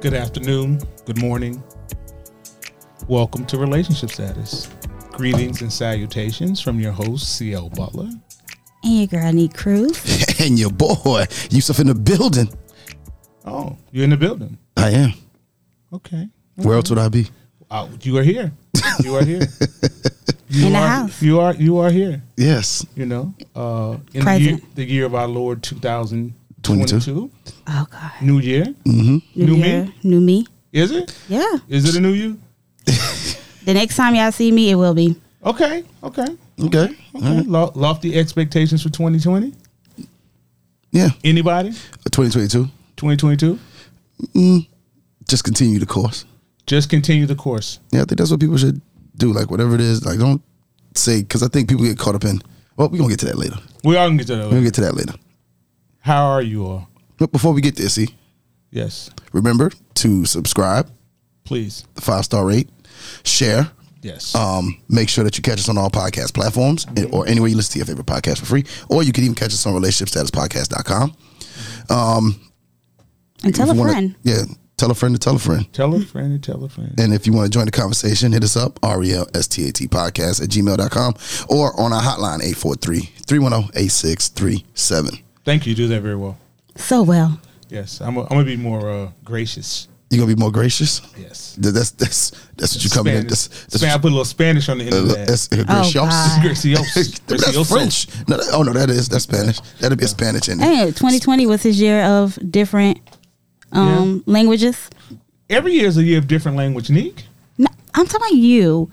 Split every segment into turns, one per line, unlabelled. Good afternoon. Good morning. Welcome to Relationship Status. Greetings and salutations from your host, C.L. Butler.
And your girl, need Cruz.
and your boy Yusuf in the building.
Oh, you're in the building.
I am.
Okay.
Where else would I be?
Uh, you are here. You are here. You
In the
are,
house.
You are you are here.
Yes.
You know, uh, in the
Present.
year, the year of our Lord 2022,
22.
Oh, God.
new year. New me?
year, New me.
Is it?
Yeah.
Is it a new you?
The next time y'all see me, it will be.
Okay. Okay.
Okay.
Okay. Lo- lofty expectations for 2020.
Yeah.
Anybody?
2022.
2022.
Just continue the course.
Just continue the course.
Yeah, I think that's what people should do. Like whatever it is, like don't say because I think people get caught up in. Well, we're gonna get to that later.
We are gonna get to that.
We're
later.
gonna get to that later.
How are you all?
But before we get there, see,
Yes,
remember to subscribe,
please.
five star rate, share.
Yes.
Um, make sure that you catch us on all podcast platforms and- or anywhere you listen to your favorite podcast for free. Or you can even catch us on relationshipstatuspodcast.com.
And tell
If
a
you wanna-
friend.
Yeah, tell a friend to tell a friend.
tell a friend and tell a friend.
And if you want to join the conversation, hit us up, E R-E-L-S-T-A-T podcast at gmail.com or on our hotline, oh, 843-310-8637.
Thank you. You do that very well.
So well.
Yes, I'm. i I'm gonna be more uh, gracious.
You gonna be more gracious?
Yes.
Th- That's that's that's what you coming in. That's
Spanish.
that's,
Span- I
what
put a little Spanish on the end
you-
of
uh,
that.
that's uh,
Oh,
gracious.
God.
Gracios.
That's French. No, that- oh no, that is that's Spanish. That'd be a Spanish in there.
Hey, 2020 was his year of different um, languages.
Every year is a year of different language. Neek.
No, I'm talking about you.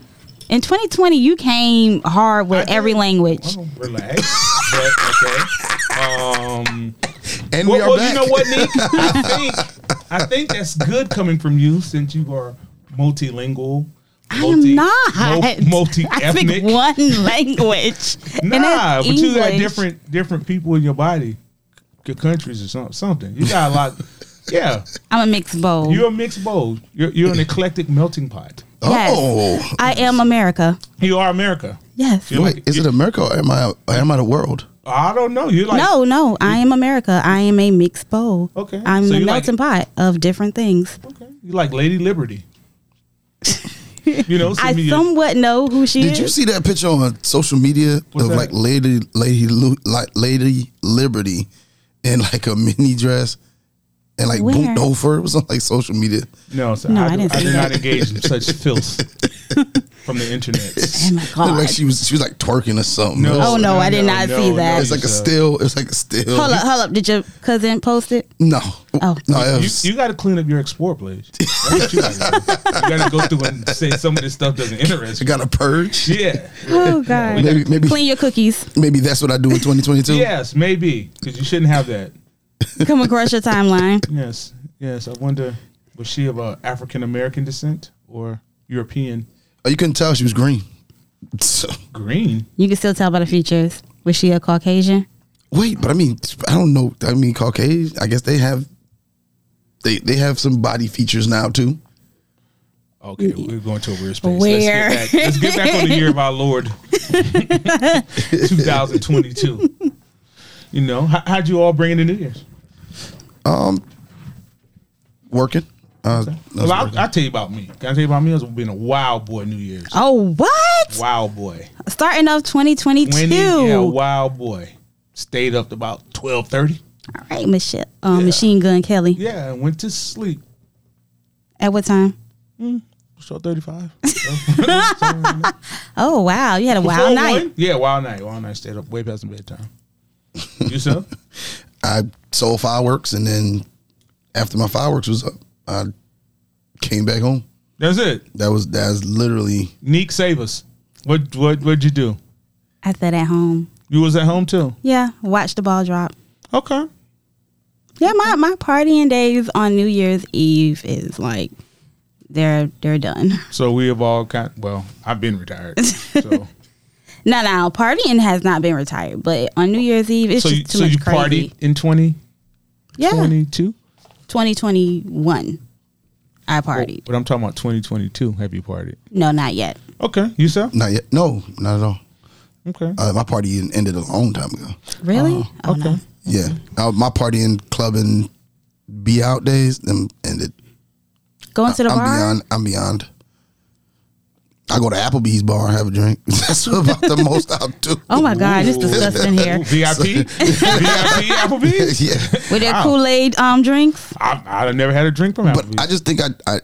In 2020, you came hard with
I
every
did.
language.
Oh, relax. but, okay. Um.
And we
Well,
are
well,
back.
you know what, Nick? I think I think that's good coming from you since you are multilingual.
I am not.
Multi
I speak
ethnic.
one language. and
Nah,
that's
but you got
English.
different different people in your body, your countries or something. Something you got a lot. yeah,
I'm a mixed bowl.
you're a mixed bowl. You're, you're an eclectic melting pot.
Yes.
Oh,
I am America.
You are America.
Yes.
You're
wait,
like-
is it America or am I or am I the world?
I don't know. You're like
no, no, I am America. I am a mixed bowl.
Okay.
I'm
So
a
you like
melting pot of different things.
Okay. You like Lady Liberty. you know, send
I
me your-
somewhat know who she
Did
is.
you see that picture on social media
What's
of
that?
like Lady Lady Lu- like Lady Liberty in like a mini dress and like
Where?
boomed over? It was on like social media.
no, sir,
No,
I,
I
do-
didn't
I
see
did
that.
not engage in such filth from the internet.
oh my
Looked
god!
like she was she was like twerking or something.
No.
Oh, no, I did not see that.
It's like a
uh,
still. It's like a still.
hold up, hold up. Did your cousin post it?
No.
Oh.
No. It
You,
was,
you got to clean up your explore page. That's what you got to go through and say some of this stuff doesn't interest
you
you.
got a purge.
Yeah.
Oh god!
Maybe maybe
Clean your cookies.
maybe that's what I do in 2022.
Yes, maybe because you shouldn't have that.
Come across your timeline.
Yes, yes. I wonder was she of uh, African American descent or European?
Oh, you couldn't tell she was green. So,
Green.
You can still tell by the features. Was she a Caucasian?
wait, but I mean, I don't know. I mean, Caucasian. I guess they have they they have some body features now too.
Okay, we're going to a weird space.
Where?
Let's, get back, let's get back on the year of our Lord, 2022. You know, how, how'd you all bring in the New Year's?
Um, Working. Uh, I was
Well, I'll,
working.
I'll tell you about me. Can I tell you about me? It's been a wild boy New Year's.
Oh what?
Wild boy.
Starting off 2022.
Winnie, yeah, wild boy. Stayed up to about twelve thirty.
All right, Michelle. Um, Machine Gun Kelly.
Yeah, and went to sleep.
At what time?
So thirty five.
Oh wow, you had a wild night.
Yeah, wild night. Wild night. Stayed up way past the bedtime. You so?
I sold fireworks, and then after my fireworks was up, I came back home.
That's it.
That was that's literally
Neek save us. What what what'd you do?
I said at home.
You was at home too.
Yeah, watch the ball drop.
Okay.
Yeah, my my partying days on New Year's Eve is like they're they're done.
So we have all kind well, I've been retired. So
No, no, partying has not been retired, but on New Year's Eve it's
so you,
just too
so
much
you
crazy.
partied in twenty
yeah,
twenty two?
twenty twenty one, I partied.
But I'm talking about twenty twenty two. Have you partied?
No, not yet.
Okay. You so?
not yet. No, not at all.
Okay.
Uh, my party ended a long time ago.
Really? Oh,
okay.
no.
Yeah, uh, my party and club and be out days them ended
Going to the
I'm
bar.
beyond. I'm beyond. I go to Applebee's bar and have a drink. That's about the most I'll do.
Oh my God, it's
Ooh.
disgusting here.
VIP, VIP Applebee's.
yeah,
Were there
Wow.
Kool Aid um, drinks?
I, I've never had a drink from
but
Applebee's.
I just think I, I,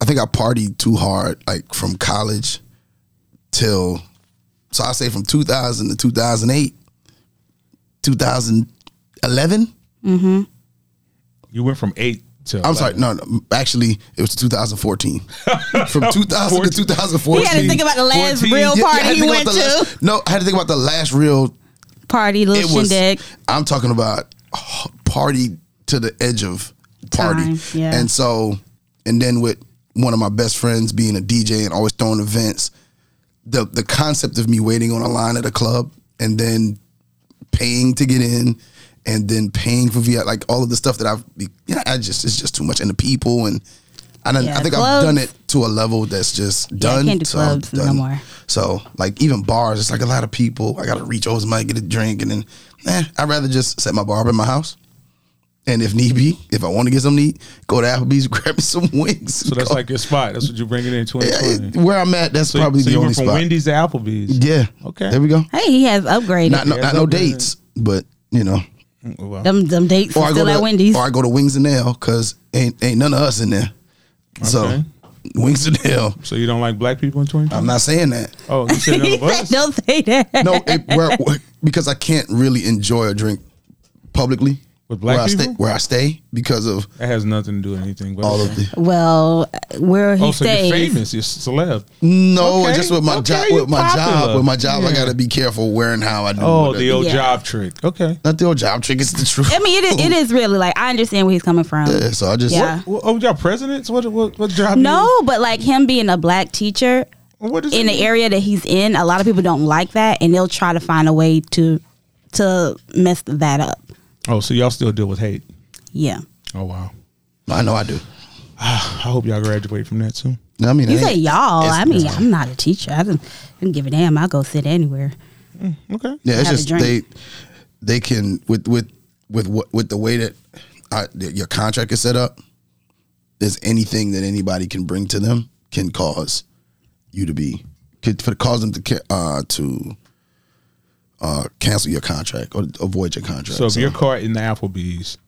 I think I partied too hard, like from college till, so I say from 2000 to 2008, 2011.
you went from eight to.
I'm sorry, no, no, actually, it was 2014. From 2000 to 2014.
He had to think about the last
14.
real
Yeah, yeah, I
party
had to
he
think
went
about the
to.
last- no, I had to think about the last real
Party, little
it was.
shindig.
I'm talking about oh, party to the edge of party,
Time, yeah.
and so, and then with one of my best friends being a DJ and always throwing events, the the concept of me waiting on a line at a club and then paying to get in. And then paying for VIP, like all of the stuff that I've, you know, I just it's just too much, and the people, and I done,
Yeah,
I think
clubs.
I've done it to a level that's just done.
can't do
I'm
clubs no
done.
more.
So like even bars, it's like a lot of people. I gotta reach over somebody, get a drink, and then eh, I'd rather just set my bar up in my house. And if need be, if I want to get something to eat, go to Applebee's, grab me some wings.
So
oh.
that's like your spot. That's what you bring it in
Yeah,
2020.
it- where I'm at. That's
so
probably
so
the
you
only
went from
spot.
Wendy's to Applebee's.
Yeah.
Okay.
There we go.
Hey, he has upgraded.
Not no,
Yeah,
not
no
no
good.
dates, but you know.
Well,
them them dates
Or
are
I go
still
to
at Wendy's.
or I go to Wings and Nail because ain't ain't none of us in there. So
Okay.
Wings and Nail.
so you don't like black people in 2020?
I'm not saying that.
oh, you said none of us?
Don't say that.
no, it, where, where- because I can't really enjoy a drink publicly
With black
where I stay,
people?
where I stay because of
That has nothing to do with anything. But
all of the.
Well, where he
Oh, so
stays.
you're famous. You're celeb.
Mm. No,
Okay,
just with my
okay,
job.
you
With my
popular.
job. With my job, I
Yeah.
gotta be careful where and how I do.
Oh,
what I
the
do.
old
Yeah.
job trick. Okay.
not the old job trick. It's the truth.
I mean, it is, it is really like I understand where he's coming from.
Yeah, so I just
Yeah.
Well, oh, y'all presidents? What what, what job?
No, but like him being a black teacher
you- What is
in the
it?
area that he's in, a lot of people don't like that, and they'll try to find a way to to mess that up.
Oh, so y'all still deal with hate?
Yeah,
Oh wow.
I know I do.
I hope y'all graduate from that soon.
No, I mean,
you
it
say
ain't-
y'all.
it's-
I mean, I'm not a teacher. I don't, I don't give a damn. I'll go sit anywhere.
Okay.
Yeah, it's
have a
just they
drink.
they can with with with what with the way that, I, that your contract is set up. There's anything that anybody can bring to them can cause you to be could for cause them to ca- uh to uh cancel your contract or avoid your contract.
So if you're caught in the Applebee's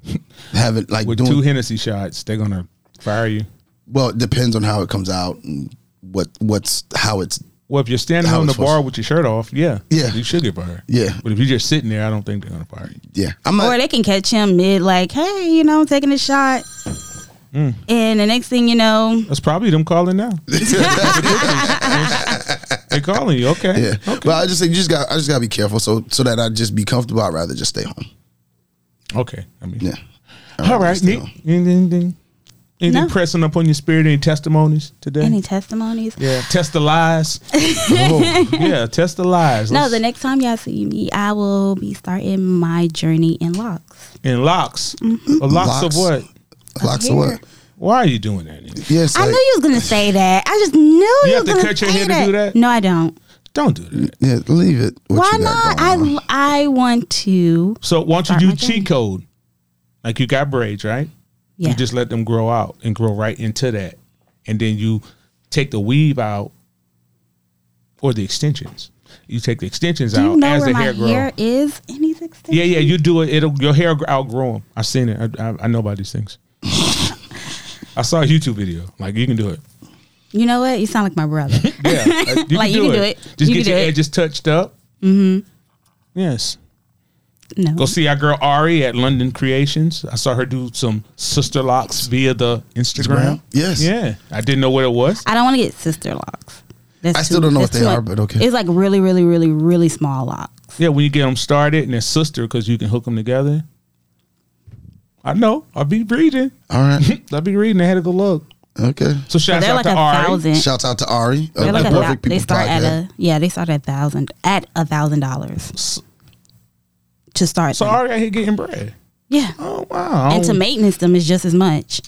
have it like
with
doing
two Hennessy shots, they're gonna fire you.
well, it depends on how it comes out and what what's how it's
Well, if you're standing
How
on the
it's supposed
bar with your shirt off, yeah,
Yeah.
you should get fired.
Yeah.
but if you're just sitting there, I don't think they're gonna fire you.
yeah. I'm not
Or they can catch him mid, like, hey, you know, I'm taking a shot.
Mm.
And the next thing you know,
That's probably them calling now. They're calling you. Okay.
Yeah,
Okay.
but I just say you just got I just gotta be careful so so that I just be comfortable. I'd rather just stay home.
okay. I mean,
Yeah. I'd
all
rather
right,
just stay
Nick.
home.
Anything, anything,
No.
pressing up on your spirit? Any testimonies today?
any testimonies?
yeah, test the lies. Oh, yeah, test the lies.
No,
Let's-
the next time y'all see me, I will be starting my journey in locks.
and locks.
Mm-hmm.
Uh, Locks of
Locks.
what?
Locks or what?
Why are you doing that? Nick?
Yes.
I
like-
knew you was gonna say that. I just knew you,
You
was
have to
gonna
cut your
say
hair to do that?
No, I don't.
Don't do that.
Yeah, leave it. What
Why
you got
not?
going on.
I I want to.
So why don't
Start
you
my
do cheat
journey.
code? Like you got braids, right?
Yeah.
You just let them grow out and grow right into that, and then you take the weave out or the extensions. You take the extensions
do
out
you know
as
where
the
my
hair
hair,
grows.
is? Any extension?
Yeah, yeah, you do it. It'll your hair gr- outgrow them. I've seen it. I, I, I know about these things. I saw a YouTube video. Like you can do it.
You know what? You sound like my brother.
Yeah, like, you, can, do
Like, you can do
it.
it.
Just get
You can
your
do it.
edges touched up. Mm-hmm. Yes.
no.
Go see our girl Ari at London Creations. I saw her do some sister locks via the Instagram.
Instagram? Yes.
Yeah. I didn't know what it was.
I don't want to get sister locks. That's
I still don't know
that's
what
too
they are,
much-
but okay.
It's like really, really, really, really small locks.
Yeah, when you get them started and they're sister because you can hook them together. I know. I'll be reading.
All right.
I'll be reading. I had to go look.
Okay.
So shout
they're
out
like
to
a
Ari.
thousand.
Shouts out to Ari. of
They're like
the
a
Perfect
thou- they
People
start at
Podcast.
a yeah. They start at thousand at a thousand dollars
S-
to start.
So
them.
Ari out here getting bread.
Yeah.
Oh wow! I
And to
don't,
maintenance them is just as much.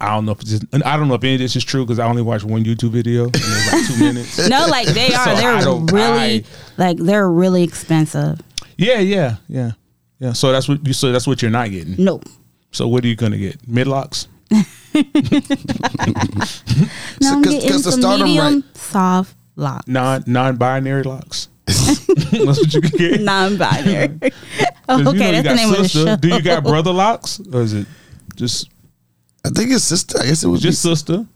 I don't know if this, and I don't know if any of this is true because I only watched one YouTube video. And it was like two minutes.
No, like they are.
So I
they're
don't-
really like they're really expensive.
Yeah, yeah, yeah, yeah. So that's what you. So that's what you're not getting.
Nope.
So what are you gonna get? Midlocks.
No, I'm
Cause-
getting
cause to
some
start 'em
medium
right-
soft lock.
Non non binary locks. That's what you can get.
Non-binary. Oh,
'Cause
okay,
you know you
that's the
got
name
sister.
of the
Do
show.
you got brother locks? Or is it just
I think it's sister. I guess it was
just
just.
sister?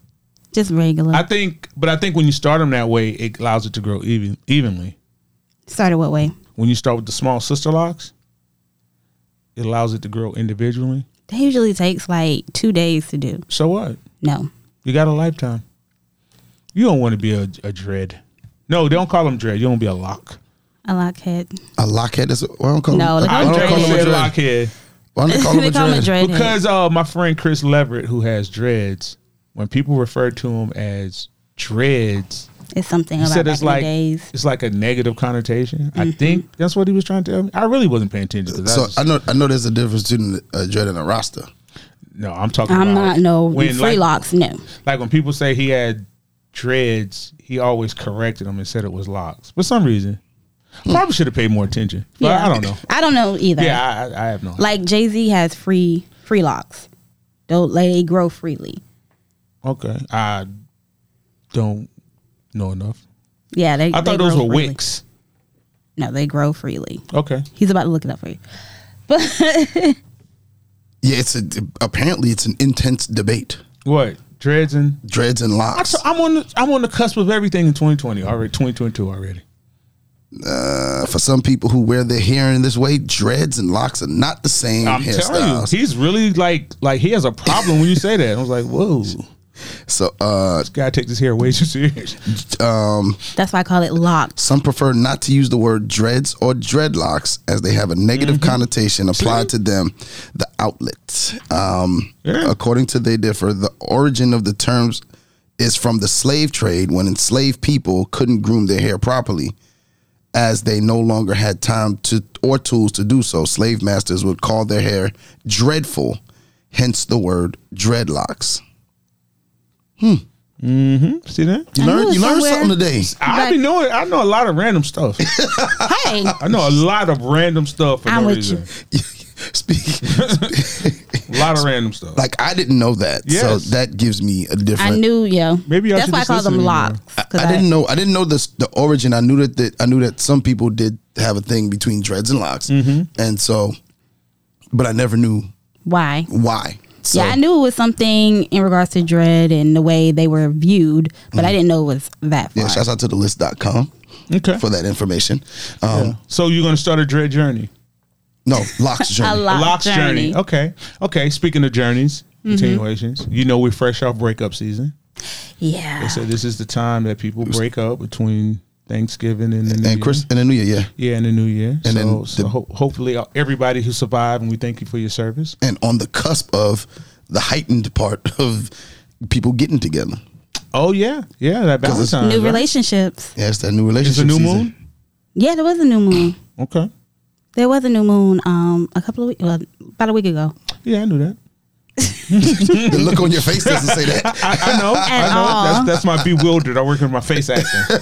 Just regular.
I think but I think when you start them that way, it allows it to grow even evenly.
Started what way?
When you start with the small sister locks, it allows it to grow individually.
That usually takes like two days to do.
So what?
No.
You got a lifetime. You don't want to be a, a dread. No, don't call them dread. You don't be a lock.
A lockhead.
a lockhead. That's why I don't call
No,
him.
they
Why
call
I'm
don't
him
call him a
dread
dread.
dread?
lockhead.
Why don't they call him
they
a
call him a
dread?
dreadhead.
Because uh, my friend Chris Leverett, who has dreads, when people refer to him as dreads,
It's something
he
about
said
back
it's
in
like
the days.
it's like a negative connotation. I think that's what he was trying to tell me. I really wasn't paying attention to that.
Mm-hmm. So I know I know there's a difference between a dread and a roster.
no, I'm talking.
I'm
about
not no
when,
free
like,
locks. No.
Like when people say he had dreads, he always corrected them and said it was locks for some reason. Probably should have paid more attention. But I don't know.
I don't know either.
Yeah, I, I- I have no. idea.
Like Jay Z has free free locks. They'll like, they grow freely.
Okay, I don't know enough.
Yeah, they.
I
they
thought those
grow
were
freely.
wicks.
No, they grow freely.
Okay,
He's about to look it up for you.
Yeah, it's a, apparently it's an intense debate.
what dreads and
Dreads and
I
locks.
t- I'm on the I'm on the cusp of everything in 2020 already. 2022 already.
Uh, for some people who wear their hair in this way, dreads and locks are not the same
I'm telling you,
hairstyles.
he's really like like he has a problem when you say that. I was like, whoa, this
So, uh,
guy takes his hair way too serious.
um,
That's why I call it locked.
some prefer not to use the word dreads or dreadlocks as they have a negative
Mm-hmm.
connotation applied to them. The outlet, um,
Yeah.
according to they differ, the origin of the terms is from the slave trade when enslaved people couldn't groom their hair properly. as they no longer had time to or tools to do so. Slave masters would call their hair dreadful, hence the word dreadlocks.
See that?
You
I knew
learned
it
you learned
somewhere.
something today.
I be knowing. I know a lot of random stuff.
Hey,
I know a lot of random stuff for
I'm
no
with
reason.
Speak
A lot of random stuff.
like I didn't know that, so
Yes.
that gives me a
I
different.
knew yeah.
Maybe I
that's
should
why I
just
call them
listen anymore.
locks. 'cause
I didn't know. I didn't know this, the origin. I knew that, that I knew that some people did have a thing between dreads and locks,
Mm-hmm.
and so, but I never knew
why.
why. So,
yeah, I knew it was something in regards to dread and the way they were viewed, but
Mm-hmm.
I didn't know it was that far.
Yeah, shouts out to the list.com
Okay.
for that information. Um,
So you're gonna start a dread journey.
No, locks journey.
A Lock
Locks
journey. Mm-hmm.
Okay. Okay. Speaking of journeys, continuations. You know we're fresh off breakup season.
yeah.
They said this is the time that people break up between Thanksgiving and the New
and
Year.
Chris and the New Year, yeah.
Yeah, in the new year. so
And then
so
the-
ho- hopefully uh, everybody who survived, and we thank you for your service.
and on the cusp of the heightened part of people getting together.
Oh yeah, yeah, that
it's-
Valentine's
New
right?
relationships.
Yeah, it's that new
It's
relationship.
a new
season.
moon.
Yeah, there was a new moon.
Okay.
There was a new moon um a couple of weeks, well, about a week ago.
Yeah, I knew that.
The look on your face doesn't say that.
I, I know. I
At
know.
all.
That's that's my bewildered. I work with my face acting.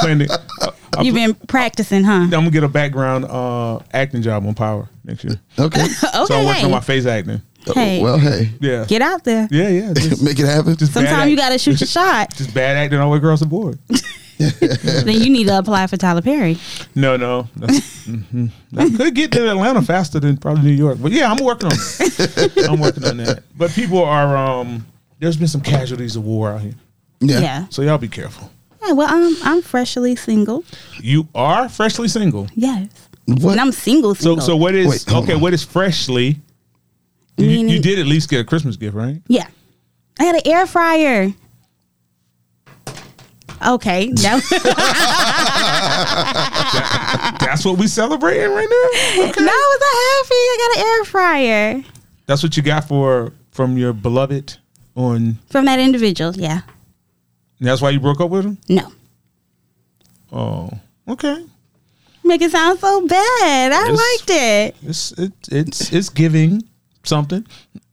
Playing it. I- I'm,
You've been practicing, huh?
I'm gonna get a background uh, acting job on Power next year.
Okay.
Okay,
so I'm working
hey,
on my face acting.
Hey.
Well, hey,
Yeah.
get out there.
yeah, yeah. Just,
make it happen.
just bad
Sometimes you
act-
gotta shoot your shot.
Just bad acting all the way across the board.
then you need to apply for Tyler Perry.
No, no. That's, mhm. I could get to Atlanta faster than probably New York. But yeah, I'm working on it. I'm working on that. But people are um there's been some casualties of war out here.
Yeah.
Yeah.
So y'all be careful.
Yeah. Well, I'm I'm freshly single.
You are freshly single.
Yes.
What?
And I'm single.
So
single.
so what is
Wait, hold
okay,
on.
what is freshly? You, you
Meaning-
did at least get a Christmas gift, right?
Yeah. I had an air fryer. Okay. That,
That's what we celebrating right now?
no, I was happy. I got an air fryer
That's what you got for from your beloved on
from that individual. Yeah.
and that's why you broke up with him?
No.
Oh. Okay.
Make it sound so bad. I
Yes.
liked it.
It's it, it's it's giving something.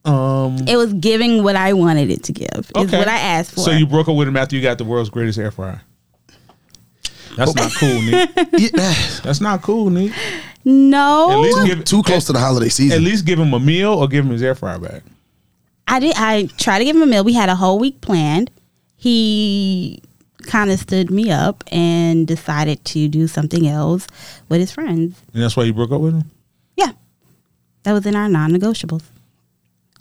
Um
It was giving what I wanted it to give. Is what I asked for.
So you broke up with him after you got the world's greatest air fryer. That's not cool, Nick.
Yeah.
That's not cool, Nick. At
no.
least give
Oh.
Too close to the holiday
At
season.
least give him a meal or give him his air fryer back.
I did. I tried to give him a meal. We had a whole week planned. He kind of stood me up and decided to do something else with his friends.
And that's why you broke up with him?
Yeah, that was in our non-negotiables.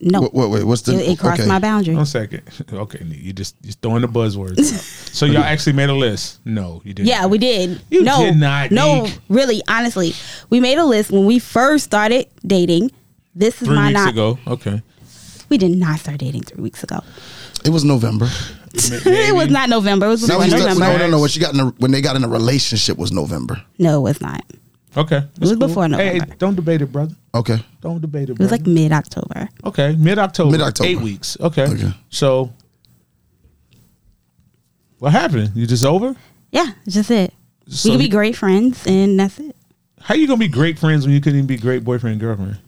No,
What, what, wait, what's the?
it, it crossed
okay.
my boundary.
One second. Okay, you just you throwing the buzzwords. out. so y'all actually made a list? No, you didn't.
Yeah, we did.
You
no,
did not,
No,
Deke.
really, honestly, we made a list when we first started dating. This is
Three
my
weeks
non-
ago. Okay.
We did not start dating three weeks ago.
It was November.
it was not November. It was
Now
before
we start-
November.
no, no, no. When she got in a, when they got in a relationship was November.
No, it was not. It
Okay. It
was before
Hey,
November.
don't debate it, brother.
Okay.
Don't debate it,
was
brother.
like mid October.
okay, mid October.
Mid-October.
Eight weeks. Okay.
Okay.
So what happened? You just over?
Yeah, that's just it.
So
we could
he-
be great friends, and that's it.
How you gonna be great friends when you couldn't even be great boyfriend and girlfriend?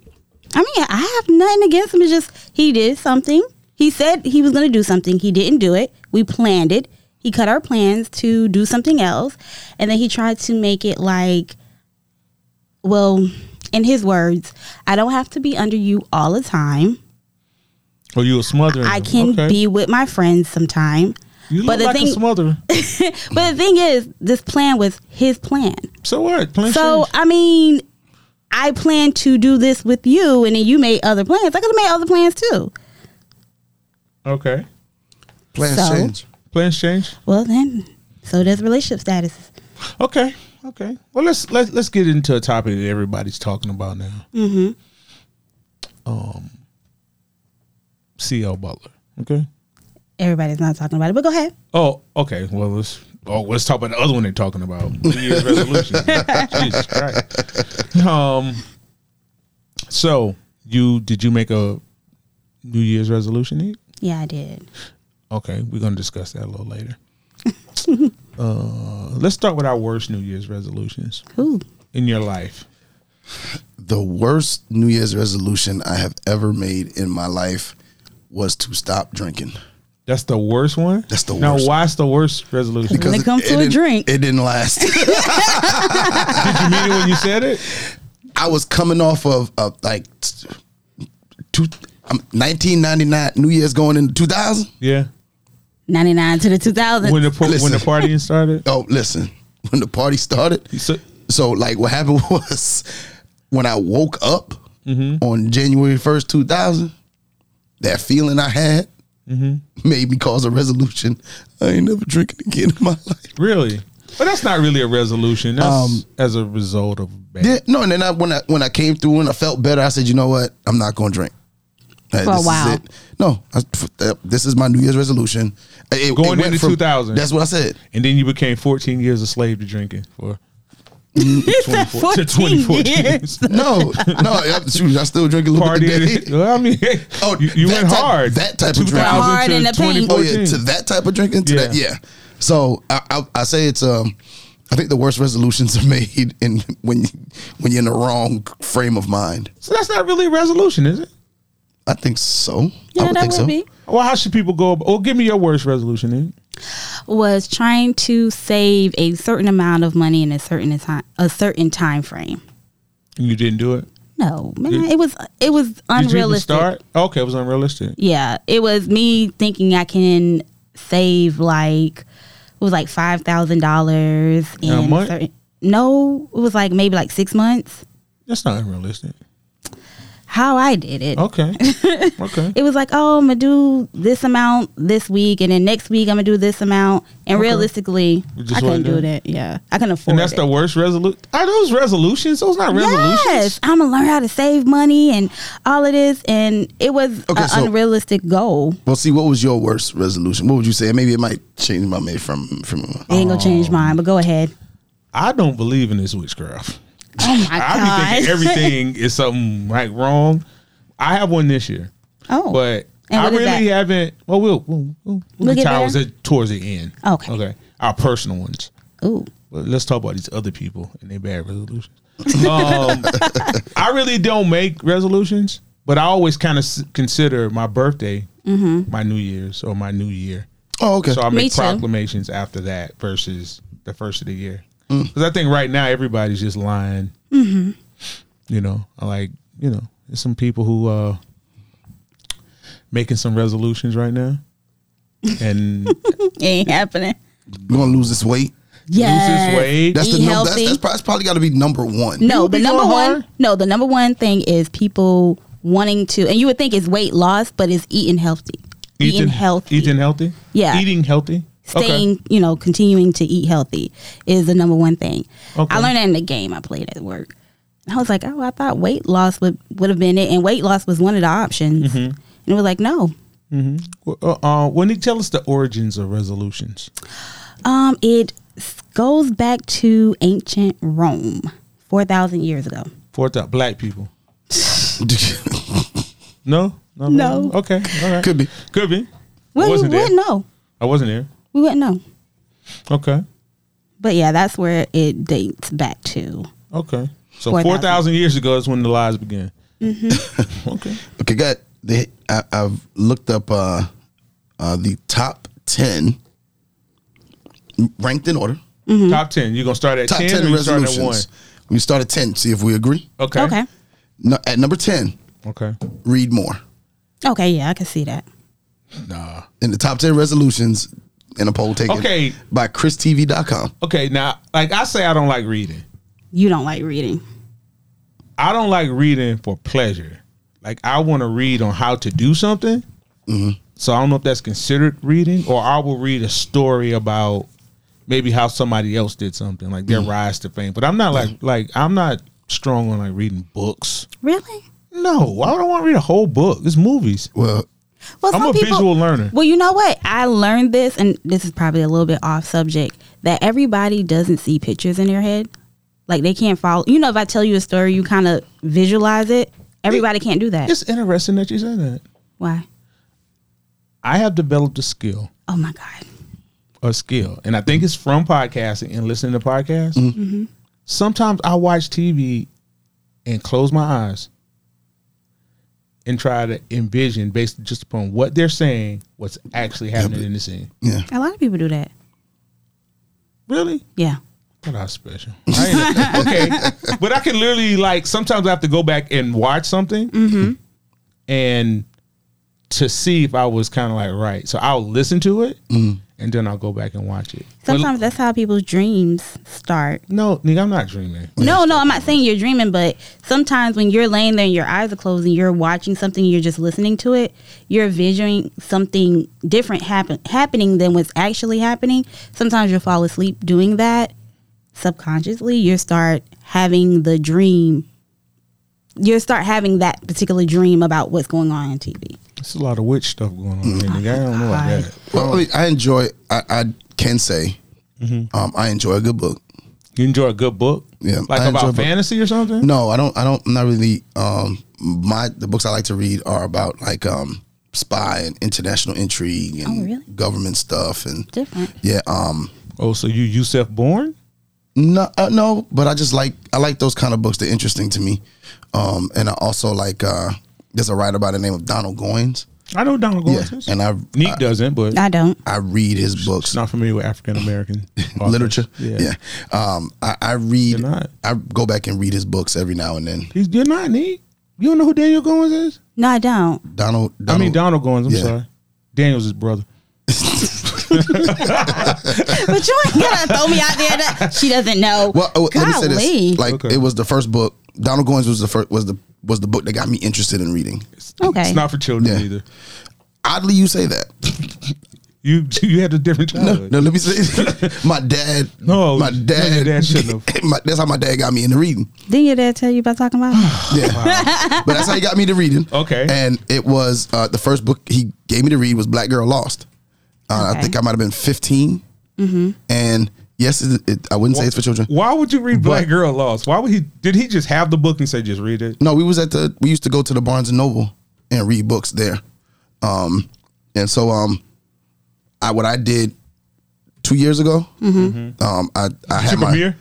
I mean, I have nothing against him. It's just he did something. He said he was going to do something. He didn't do it. We planned it. He cut our plans to do something else. And then he tried to make it like, well, in his words, I don't have to be under you all the time.
Or you a smothering?
I
him.
can
Okay.
be with my friends sometime.
You look
but the
like
thing-
a smother.
But the thing is, this plan was his plan.
So what? Plan
So
change.
I mean, I planned to do this with you, and then you made other plans. I could have made other plans too.
okay.
Plans
So-
change.
Plans change.
Well, then, so does relationship status.
Okay. Okay. Well, let's let's let's get into a topic that everybody's talking about now. Mm-hmm. Um. C.L. Butler. Okay.
Everybody's not talking about it, but go ahead.
Oh, okay. Well, let's oh let's talk about the other one they're talking about. New Year's resolution. Jesus Christ. Um. So you did you make a New Year's resolution? Nate?
Yeah, I did.
Okay, we're gonna discuss that a little later. uh, let's start with our worst New Year's resolutions
Ooh,
in your life.
The worst New Year's resolution I have ever made in my life was to stop drinking.
That's the worst one.
That's the
now.
worst.
Why's the worst resolution?
When it comes to a
didn't-
drink.
it didn't last.
Did you mean it when you said it?
I was coming off of, of like t- two, um, 1999 New Year's going into 2000.
Yeah.
ninety nine to the two thousand.
When the par- when
Listen.
the partying started.
Oh, listen, when the party started.
So,
So like what happened was when I woke up
Mm-hmm.
on January 1st, 2000, that feeling I had
Mm-hmm.
made me cause a resolution. I ain't never drinking again in my life.
really. But that's not really a resolution. That's
Um,
as a result of bad.
Yeah, no, and then I, when I when I came through and I felt better, I said, you know what? I'm not going to drink.
For a
Uh, this is
while.
it. No, I, f- uh, this is my New Year's resolution. Uh, it- it
Going
went
into 2000.
That's what I said.
and then you became 14 years a slave to drinking for 24 to
14
2014.
years.
No, no, I, shoot, I still drink a little bit a
Partying.
day.
Well, I mean,
Oh,
you, you
that
went
type-
hard.
that type of drinking.
2000
Hard
to
in the paint.
Oh yeah,
2014.
to that type of drinking, to
Yeah.
that, yeah. So I, I, I say it's um, I think the worst resolutions are made in when when you're in the wrong frame of mind.
So that's not really a resolution, is it?
I think so. I
yeah, that would
think so.
be
Well, how should people go? ab- Well, give me your worst resolution. Then.
was trying to save a certain amount of money in a certain time a certain time frame.
And You didn't do it.
No, man, it was it was
Did you even
unrealistic.
start? Okay, it was unrealistic.
Yeah, it was me thinking I can save like it was like five thousand dollars in
a month?
certain- no, it was like maybe like six months.
That's not unrealistic.
How I did it.
Okay, okay.
It was like, oh, I'm gonna do this amount this week, and then next week I'm gonna do this amount. And realistically,
You just
I couldn't
wasn't
do
doing
that. Yeah, I couldn't afford
And that's
it.
the worst resolution. Are those resolutions? Those not resolutions.
yes, I'm gonna learn how to save money and all of this, and it was
Okay,
an
so-
unrealistic goal.
Well, see, what was your worst resolution? What would you say? Maybe it might change my mind from from.
It ain't gonna change
Oh.
mine, but go ahead.
I don't believe in this witchcraft.
Oh my god!
I be thinking everything is something like wrong. I have one this year,
oh,
but
And
I
what is
really
that?
haven't. Well, we'll we'll, we'll,
We'll get
towards
there?
the towards the end.
Okay.
okay. Our personal ones.
ooh.
Well, let's talk about these other people and their bad resolutions. um, I really don't make resolutions, but I always kind of s- consider my birthday my New Year's or my New Year.
Oh, okay.
So I
Mm-hmm. Me
make
too.
proclamations after that versus the first of the year. Because
Mm.
I think right now everybody's just lying.
Mm-hmm.
You know, like you know, there's some people who uh, making some resolutions right now, and lose
ain't happening.
You gonna lose this weight?
Yes.
this weight.
That's
Eat
the num- that's,
healthy.
that's, pro- that's probably got to be number one.
No, the
be
number
going
one.
hard?
No, the number one thing is people wanting to, and you would think it's weight loss, but it's eating healthy. Eating, healthy.
Eating healthy.
Yeah.
Eating healthy.
Staying, you know, continuing to eat healthy is the number one thing.
Okay.
I learned that in the game I played at work. I was like, oh, I thought weight loss would would have been it, and weight loss was one of the options.
Mm-hmm.
And it was like, no,
Okay. Well, Uh, uh, when you tell us the origins of resolutions,
Um, it s- goes back to ancient Rome, four thousand years ago.
for the black people. No. No.
No.
Okay. All right.
Could be.
Could be.
We
I
we
wasn't there.
wouldn't know.
I wasn't there.
We wouldn't know.
Okay.
But yeah, that's where it dates back to.
Okay. So
4,000.
4,000 years ago is when the lies began.
Mm-hmm.
okay.
Okay, got the I, I've looked up uh, uh, the top ten ranked in order.
Mm-hmm.
Top 10. You're going to start at
Top
10,
ten,
or you start at 1?
resolutions. We start at ten. See if we agree.
Okay.
Okay.
No, at number ten,
Okay.
read more.
Okay. Yeah, I can see that.
Nah. In the top ten resolutions in a poll taken
Okay.
by ChrisTV.com.
Okay. Now, like I say, I don't like reading.
You don't like reading.
I don't like reading for pleasure. Like I want to read on how to do something. So I don't know if that's considered reading, or I will read a story about maybe how somebody else did something, like their rise to fame. But I'm not like like I'm not strong on like reading books.
Really?
No, I don't want to read a whole book. It's movies.
Well,
Well,
I'm a visual learner.
Well, you know what? I learned this, and this is probably a little bit off subject. That everybody doesn't see pictures in their head, like they can't follow. You know, if I tell you a story, you kind of visualize it. Everybody can't do that.
It's interesting that you said that.
Why?
I have developed a skill
Oh my god.
a skill, and I think it's from podcasting and listening to podcasts. Sometimes I watch TV and close my eyes and try to envision based just upon what they're saying, what's actually happening in the scene.
yeah.
A lot of people do that.
Really?
Yeah.
But I was special. I ain't- okay, but I can literally like sometimes I have to go back and watch something, and to see if I was kind of like right. So I'll listen to it, and then I'll go back and watch it. But-
Sometimes that's how people's dreams start.
no, nigga, I'm not dreaming.
No, no, I'm not saying you're dreaming, but sometimes when you're laying there and your eyes are closed and you're watching something, you're just listening to it, you're visioning something different happen happening than what's actually happening. Sometimes you'll fall asleep doing that. Subconsciously, you start having the dream. You start having that particular dream about what's going on on TV.
It's a lot of witch stuff going
Mm.
on. here, nigga. I don't know about
God.
that.
Well, I, mean, I enjoy. I, I can say,
Mm-hmm.
um, I enjoy a good book.
You enjoy a good book?
Yeah,
Like
I enjoy
about
book-
fantasy or something?
No, I don't. I don't. I'm not really. Um, my the books I like to read are about like um spy and international intrigue and
Oh, really?
government stuff and
Different.
yeah. Um,
Oh, so you Yusef Bourne?
no, uh, no, but I just like I like those kind of books. They're interesting to me. Um, and I also like uh, there's a writer by the name of Donald Goins.
I know Donald
Yeah,
Gordon.
and I
Neek
I,
doesn't, but
I don't.
I read his books.
not familiar with African American authors.
Literature,
Yeah.
yeah. Um, I, I read.
You're not.
I go back and read his books every now and then.
He's, you're not Neek. You don't know who Daniel Goins is?
No, I don't.
Donald. Donald
I mean, Donald Goins. I'm
Yeah.
sorry. Daniel's his brother.
But you ain't gonna throw me out there that she doesn't know.
Well, oh, let me say
Golly.
this: like
Okay.
it was the first book. Donald Goins was the first was the was the book that got me interested in reading.
Okay.
It's not for children
Yeah.
either.
Oddly, you say that.
You you had a different childhood.
No, let me say, my dad.
No,
my
no, your
dad.
dad shouldn't have.
my, that's how my dad got me into reading.
Didn't your dad tell you about talking about? it?
Yeah, but that's how he got me to reading.
Okay.
and it was uh, the first book he gave me to read was Black Girl Lost. Uh, I
Okay.
think I might have been 15 and yes, it, it, I wouldn't say it's for children.
Why would you read Black
But-
Girl Lost? Why would he? Did he just have the book and say just read it?
No, we was at the we used to go to the Barnes and Noble and read books there. Um and so um I what I did two years ago, um I, I
You Oh.
had
took
my
a mirror.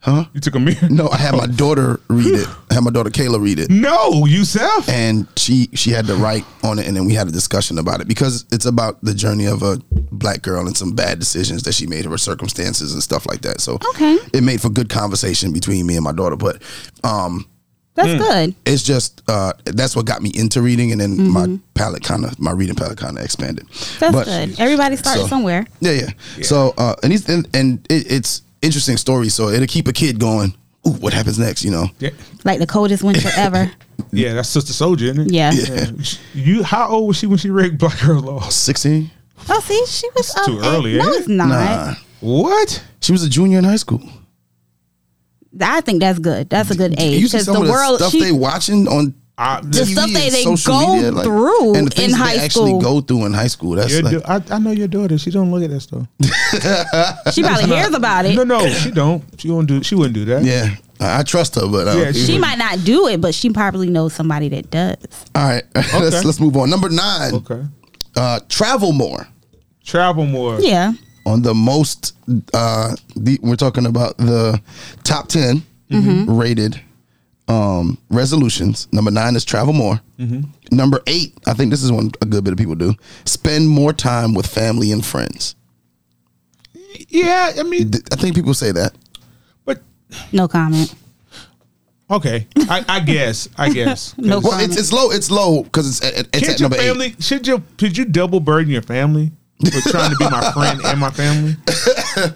Huh? You took a mirror.
No, I had my daughter read it. I had my daughter Kayla read it.
No, Yusef.
And she she had to write on it and then we had a discussion about it because it's about the journey of a black girl and some bad decisions that she made of her circumstances and stuff like that. So
Okay.
it made for good conversation between me and my daughter. But um
That's good.
it's just uh, that's what got me into reading, and then my palette kind of my reading palette kind of expanded.
Mm-hmm. That's
But-
good. Everybody starts
so-
somewhere.
Yeah, yeah. So uh, and he's and, and it, it's interesting story. So it'll keep a kid going. Ooh, what happens next? You know.
Yeah,
Like the coldest winter ever.
yeah, that's Sister Soldier, isn't it?
Yeah.
Yeah. You, how old was she when she read Black Girl Laws?
Sixteen.
Oh, see, she was
It's too
up at-
early,
No,
ain't it?
it's not.
Nah,
What?
she was a junior in high school.
I think that's good. That's a good
You
age
see
because
some
the
of the
world.
stuff
she,
they watching on
I,
TV
you-
stuff
and
they- they
social
go
media, like,
through
and the
in
things that
high
they
school.
actually go through in high school. That's
your
like,
da- I, I know your daughter. She don't look at that stuff.
she probably hears about it.
No, no, she don't. She won't do. She wouldn't do that.
yeah. I I trust her, but uh,
Yeah, she-
She might not do it, but she probably knows somebody that does.
all right, let's let's move on. Number nine,
Okay.
uh, travel more.
Travel more.
Yeah.
on the most uh the, we're talking about the top 10
Mm-hmm.
rated um resolutions number nine is travel more
Mm-hmm.
number eight i think this is one a good bit of people do spend more time with family and friends
Yeah, I mean,
Th- i think people say that
but
No comment.
okay. I, I guess. I guess. 'Cause
No
well it's, it's low it's low because it's at, it's
Can't
at
your
number
family?
eight
Should you? Should you double burden your family for trying to be my friend and my family?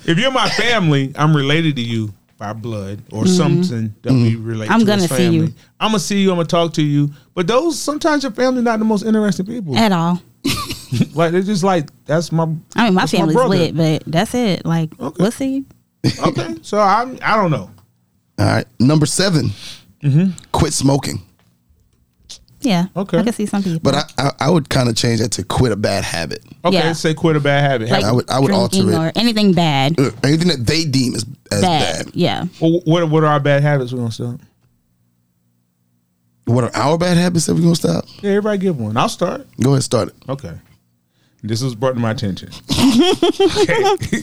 If you're my family, I'm related to you by blood or something that we relate.
Mm-hmm. I'm
to
gonna
as
see
family.
you.
I'm gonna see you. I'm gonna talk to you. But those sometimes your family not the most interesting people.
At all.
Like they're just like that's my.
I mean, my
that's
family's
brother.
lit, but that's it. Like,
Okay.
we'll see.
Okay, so I'm. I don't know.
all right number 7
Mm-hmm.
quit smoking
Yeah.
Okay.
I can see some people.
but I, I i would kind of change that to quit a bad habit
Okay,
Yeah.
say quit a bad habit.
like
I would- I would alter
drinking
it.
or anything bad.
Ugh, Uh, anything that they deem as, as
Bad.
bad.
Yeah.
Well, what what are our bad habits we're gonna stop?
what are our bad habits that we're gonna stop
Yeah, everybody give one. I'll start.
go ahead start it
Okay. This was brought to my attention.
so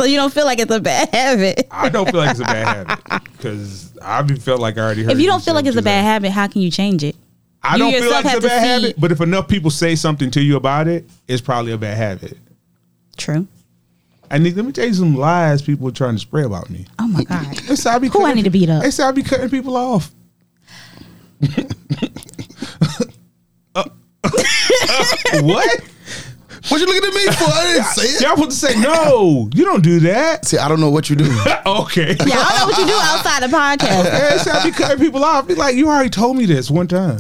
you don't feel like it's a bad habit.
I don't feel like it's a bad habit because I be felt like I already heard.
If you don't feel like it's a bad
habit,
habit, how can you change it?
I
you
don't feel
yourself
like it's a
have to
bad
see-
habit. But if enough people say something to you about it, it's probably a bad habit.
True.
And let me tell you some lies people are trying to spread about me.
Oh my God.
They say I be
Who I
cutting-
need to beat up?
They say I be cutting people off. Uh, what?
What you looking at me for? I didn't say it.
Y'all supposed to say no? You don't do that.
See, I don't know what you do.
okay.
Yeah, I don't know what you do outside the podcast.
Yeah, so I be cutting people off. Be like, you already told me this one time.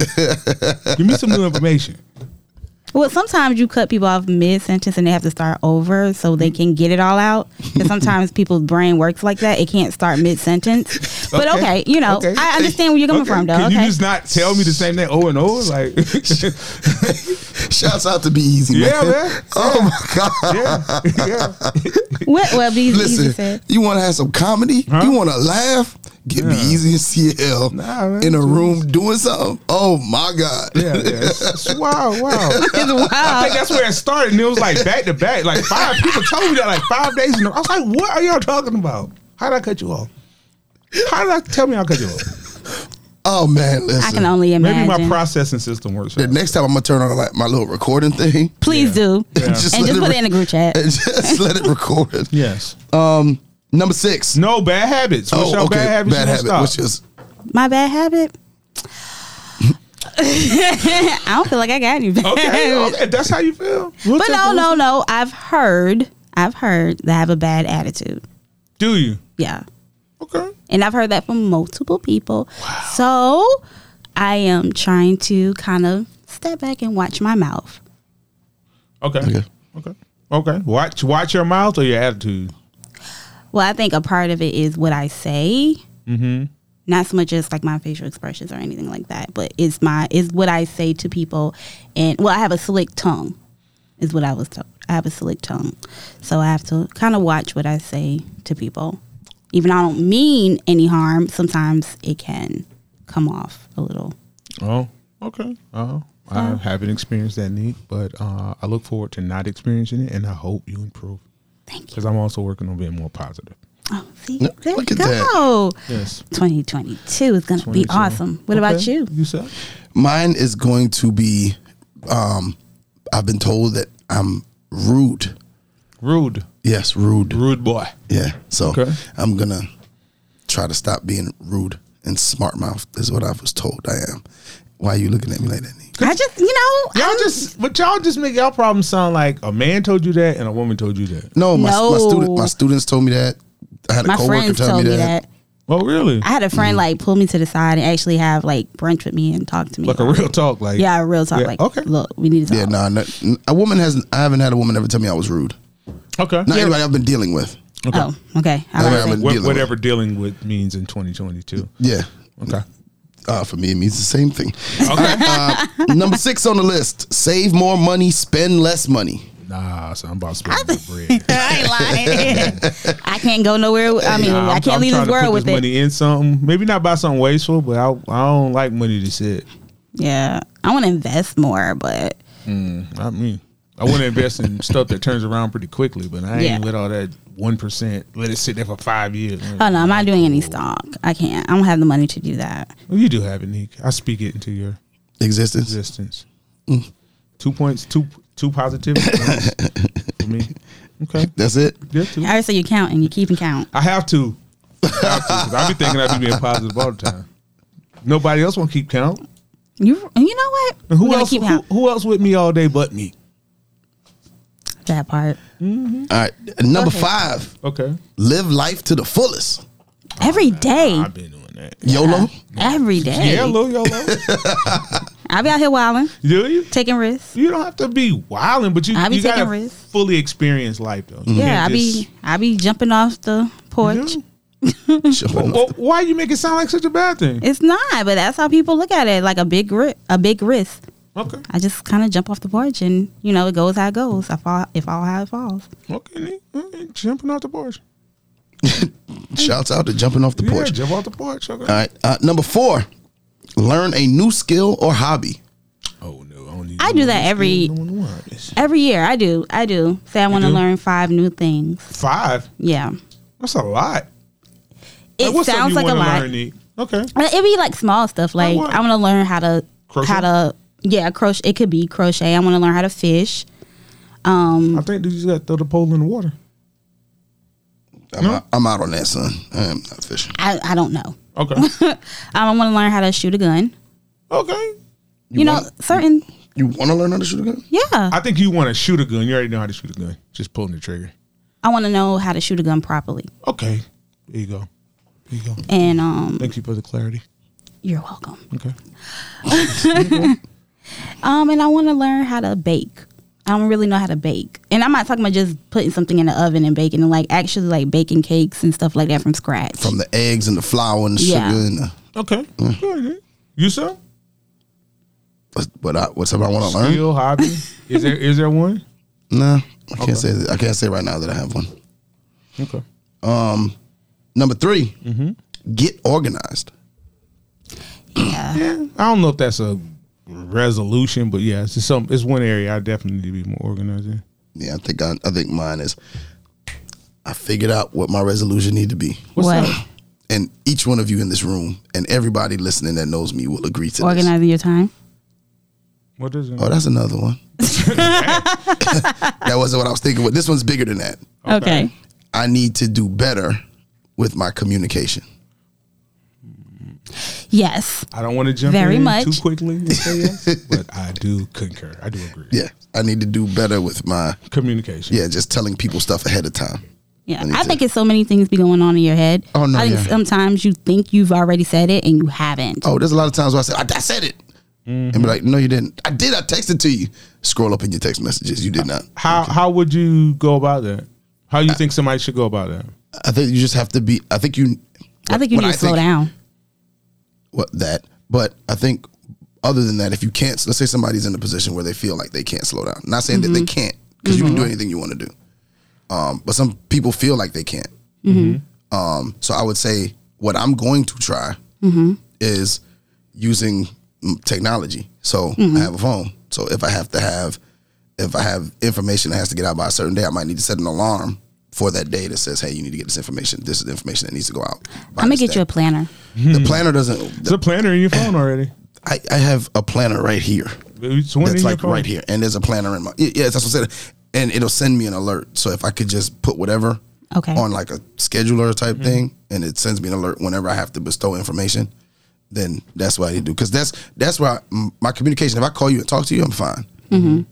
Give me some new information.
Well, sometimes you cut people off mid sentence and they have to start over so they can get it all out. Because sometimes people's brain works like that; it can't start mid sentence. But okay,
Okay.
you know,
Okay.
I understand where you're coming
Okay,
from, though.
Can you
Okay,
just not tell me the same thing over and over? Like,
Shouts out to Be Easy, man.
yeah, man.
Oh my God.
Yeah, yeah.
what well, be easy
Listen,
said.
you want to have some comedy?
Huh?
You want to laugh? Get Be
Yeah.
Easy and CL
Nah, man.
in a room doing something. Oh my God.
Yeah, yeah. It's, it's wild, wild. I
wow.
think that's where it started, and it was like back to back. Like five people told me that like five days in a row. I was like, "What are y'all talking about? How did I cut you off? How did I tell me I cut you off?
Oh man, listen.
I can only
Maybe
imagine.
my processing system works.
the next time I'm gonna turn on like my little recording thing.
Please do,
Yeah.
and
let
just put it in the
re-
group chat.
and just let it record.
yes.
Um, number six.
No bad habits. What's your bad habits?
Oh, Bad
you
habit.
gonna
Which
stop?
is
My bad habit. I don't feel like I got any bad
okay,
habits.
okay, that's how you feel. We'll
But
take
no,
it.
no, no. I've heard, I've heard that I have a bad attitude.
Do you?
Yeah.
Okay.
And I've heard that from multiple people. So I am trying to kind of step back and watch my mouth.
Okay.
Okay.
Okay. Okay. Watch watch your mouth or your attitude.
Well, I think a part of it is what I say. Mm-hmm. Not so much as like my facial expressions or anything like that, but it's my it's what I say to people, and well, I have a slick tongue, is what I was told. I have a slick tongue, so I have to kind of watch what I say to people. Even though I don't mean any harm, sometimes it can come off a little.
Oh. Okay. Uh-huh. I haven't experienced that need, but uh, I look forward to not experiencing it, and I hope you improve
Thank you.
because I'm also working on being more positive.
Oh, see,
Look-
there
look
you
at that.
go.
Yes.
2022 is gonna be
22.
awesome. What about
Okay.
you?
You said
Mine is going to be. Um, I've been told that I'm rude.
rude,
Yes, rude.
rude boy.
Yeah. So
Okay.
I'm gonna try to stop being rude. and smart mouth is what I was told I am. Why are you looking at me like that? Nick?
I just, you know,
Y'all
I'm-
just, but y'all just make y'all problems sound like a man told you that and a woman told you that.
No, my, my
No.
student, my students told me that. I had a
my
coworker
friends
tell
told
me
me
that.
that.
Oh, really?
I had a friend like pull me to the side and actually have like brunch with me and talk to me.
Like a real talk, like
yeah, a real talk.
Yeah,
like,
okay.
okay, look, we need to talk.
Yeah, nah, no, a woman hasn't. I haven't had a woman ever tell me I was rude.
okay,
Not anybody I've been dealing with.
Oh, okay. I
Yeah,
like
I'm
that.
a-
Wha-
dealing
whatever dealing with means in 2022.
Yeah.
Okay,
Uh, for me, it means the same thing.
okay.
Uh, number six on the list: save more money, spend less money.
nah, so I'm about to spend my bread.
I ain't lying. I can't go nowhere. I mean,
Nah, I'm-
I can't
I'm
leave
trying
this
to put
world with
this
it.
money in something. Maybe not buy something wasteful, but I, I don't like money to sit.
Yeah, I want to invest more, but
I mean, I want to invest in stuff that turns around pretty quickly, but I
Yeah.
ain't with all that one percent. Let it sit there for five years.
oh no, I'm not doing any stock. I can't. I don't have the money to do that.
Well, you do have it, Nick. I speak it into your
Existence.
existence.
Mm.
Two points, two two positivity points for me. Okay,
That's it.
yeah, two.
I always say you count and you keep and count.
I have to. I have to, 'cause I be thinking I be being positive all the time. Nobody else want to keep count.
You and you know what?
And
We're
who
gonna
else?
Keep
Who,
count.
who else with me all day but me?
That part.
All right. Number
Go ahead.
five:
Okay,
live life to the fullest.
Every day.
I've been doing that.
YOLO.
Every day.
Oh, Yeah, Lil Yolo.
I be out here wilding,
Do you?
taking risks.
You don't have to be wilding, but you
I be
you gotta
taking risks.
fully experience life though. You
Yeah, I
can't just-
be I be jumping off the porch.
You do?
Jumping
Well,
off
why you make it sound like such a bad thing?
It's not, but that's how people look at it, like a big ri- a big risk.
Okay,
I just kind of jump off the porch, and you know it goes how it goes. I fall if all how it falls.
okay, Nick. Okay, jumping off the porch.
the- Shouts out to jumping off the
Yeah,
porch.
jump off the porch. Okay.
All right. Uh, number four: learn a new skill or hobby.
Oh no, I don't need.
I do that every-
no one wants.
Every year, I do, I do say I want to
do?
learn five new things.
Five.
Yeah,
That's a lot.
it
what's something
sounds
you
like a
wanna
lot.
learn, Nick? Okay.
But It be like small stuff. Like
what?
I want to learn how to
Crochet?
how to yeah crochet. It could be crochet. I want to learn how to fish. Um,
I think you just got to throw the pole in the water.
I'm, out, I'm out on that, son. I'm not fishing.
I, I don't know.
Okay.
Um, I want to learn how to shoot a gun.
okay.
You, know,
wanna-
certain
You want to learn how to shoot a gun?
yeah. I,
I think you want to shoot a gun. You already know how to shoot a gun. Just pulling the trigger.
want to know how to shoot a gun properly.
Okay. There you go. There you go.
And um,
Thank you for the clarity.
you're welcome.
Okay.
Um, and I want to learn how to bake. I don't really know how to bake, and I'm not talking about just putting something in the oven and baking, and like actually like baking cakes and stuff like that from scratch.
From the eggs and the flour and the
Yeah.
sugar and the,
Okay. Go ahead, Nick. You sir?
what's, what I, what's up I want to learn?
Skill hobby. Is there is there one?
No, I can't say. That, I can't say right now that I have one. Um,
Okay.
Number 3 get organized.
yeah,
Yeah. I don't know if that's a resolution, but yeah, it's just some it's one area I definitely need to be more organized in.
Yeah, I think I, I think mine is. I figured out what my resolution need to be,
What's
What?
that?
and each one of you in this room and everybody listening that knows me will agree to this.
organizing your time.
What is it?
Oh, that's another one. that wasn't what I was thinking. But this one's bigger than that.
Okay.
Okay.
I need to do better with my communication.
Yes.
I don't want to jump
Very
in
much.
too quickly and say yes, but I do concur. I do agree.
Yeah, I need to do better with my
Communication.
yeah, just telling people stuff ahead of time.
Yeah,
I need
I
to-
think it's so many things be going on in your head.
Oh, no,
I think
yeah.
sometimes you think you've already said it and you haven't.
Oh, there's a lot of times where I said, I, I said it. And be like, no, you didn't. I did. I texted to you. Scroll up in your text messages. You did not.
How how would you go about that? How you think somebody should go about that?
I think you just have to be, I think you,
I think you
when
need to slow down.
What, that. But I think other than that, if you can't, let's say somebody's in a position where they feel like they can't slow down. Not saying that they
Mm-hmm.
can't, because you can do anything you want to do. Um, but some people feel like they can't.
Mm-hmm.
Um, so I would say what I'm going to try
Mm-hmm.
is using mm, technology. So
Mm-hmm.
I have a phone. So if I have to have, if I have information that has to get out by a certain day, I might need to set an alarm for that day that says, "Hey, you need to get this information. This is the information that needs to go out." by
I'm gonna
this
get
day."
you a planner.
The planner doesn't.
It's a planner in your phone already.
I, I have a planner right here.
It's one
That's
in your
like
phone.
right here, and there's a planner in my. Yeah, yeah, that's what I said. And it'll send me an alert. So if I could just put whatever
Okay.
Mm-hmm.
on like a scheduler type thing, and it sends me an alert whenever I have to bestow information, then that's what I need to do. Because that's that's where I, m- my communication. If I call you and talk to you, I'm fine.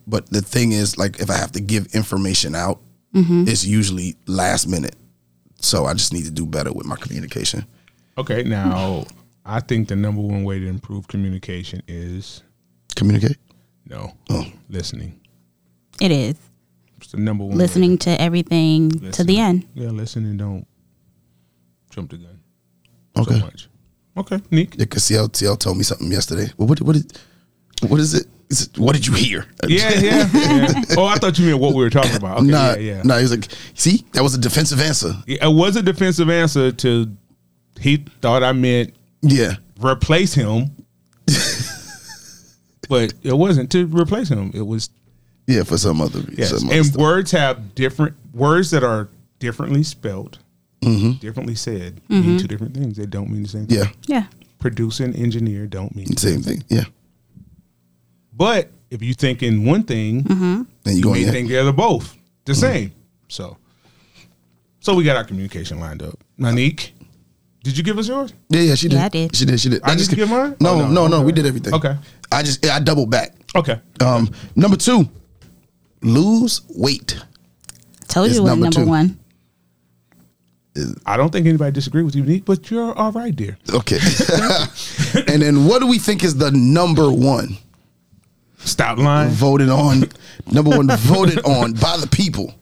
But the thing is, like, if I have to give information out, it's usually last minute. So I just need to do better with my communication.
Okay, now I think the number one way to improve communication is
Communicate.
no
Oh.
listening.
It is
It's the number
Mm.
one.
listening to everything to the
Listening.
end.
Way. Yeah, listen and don't jump the gun
Okay.
so much. Okay, Nick.
Yeah, because CL, CL told me something yesterday. Well, what what is what is it? Is it what did you hear?
Yeah, yeah, yeah. Oh, I thought you meant what we were talking about. Okay,
nah,
yeah, yeah.
nah. He was like, see, that was a defensive answer.
It was a defensive answer to he thought I meant
Yeah,
replace him. but it wasn't to replace him. It was
yeah, for some other reason.
yes.
some other
And
stuff.
words have different words that are differently spelled, differently said, mean two different things. They don't mean the same thing.
yeah,
Yeah.
Producer and engineer don't mean the same.
same thing. Yeah,
But if you think in one thing,
and you
you
going
may
yeah.
think they're the both the same. So so we got our communication lined up. Nanique, did you give us yours?
yeah, yeah. She did.
Yeah, I did.
She did. She did.
I didn't get mine?
No,
Oh, no,
no, no, We
okay.
did everything.
Okay.
I just I doubled back.
Okay.
Um, number two, lose weight.
Told
It's
you it was
number
number,
two.
one.
I don't think anybody disagreed with you, Nanique, but you're all right, dear.
Okay. and then what do we think is the number one
Stop lying.
voted on? Number one voted on by the people.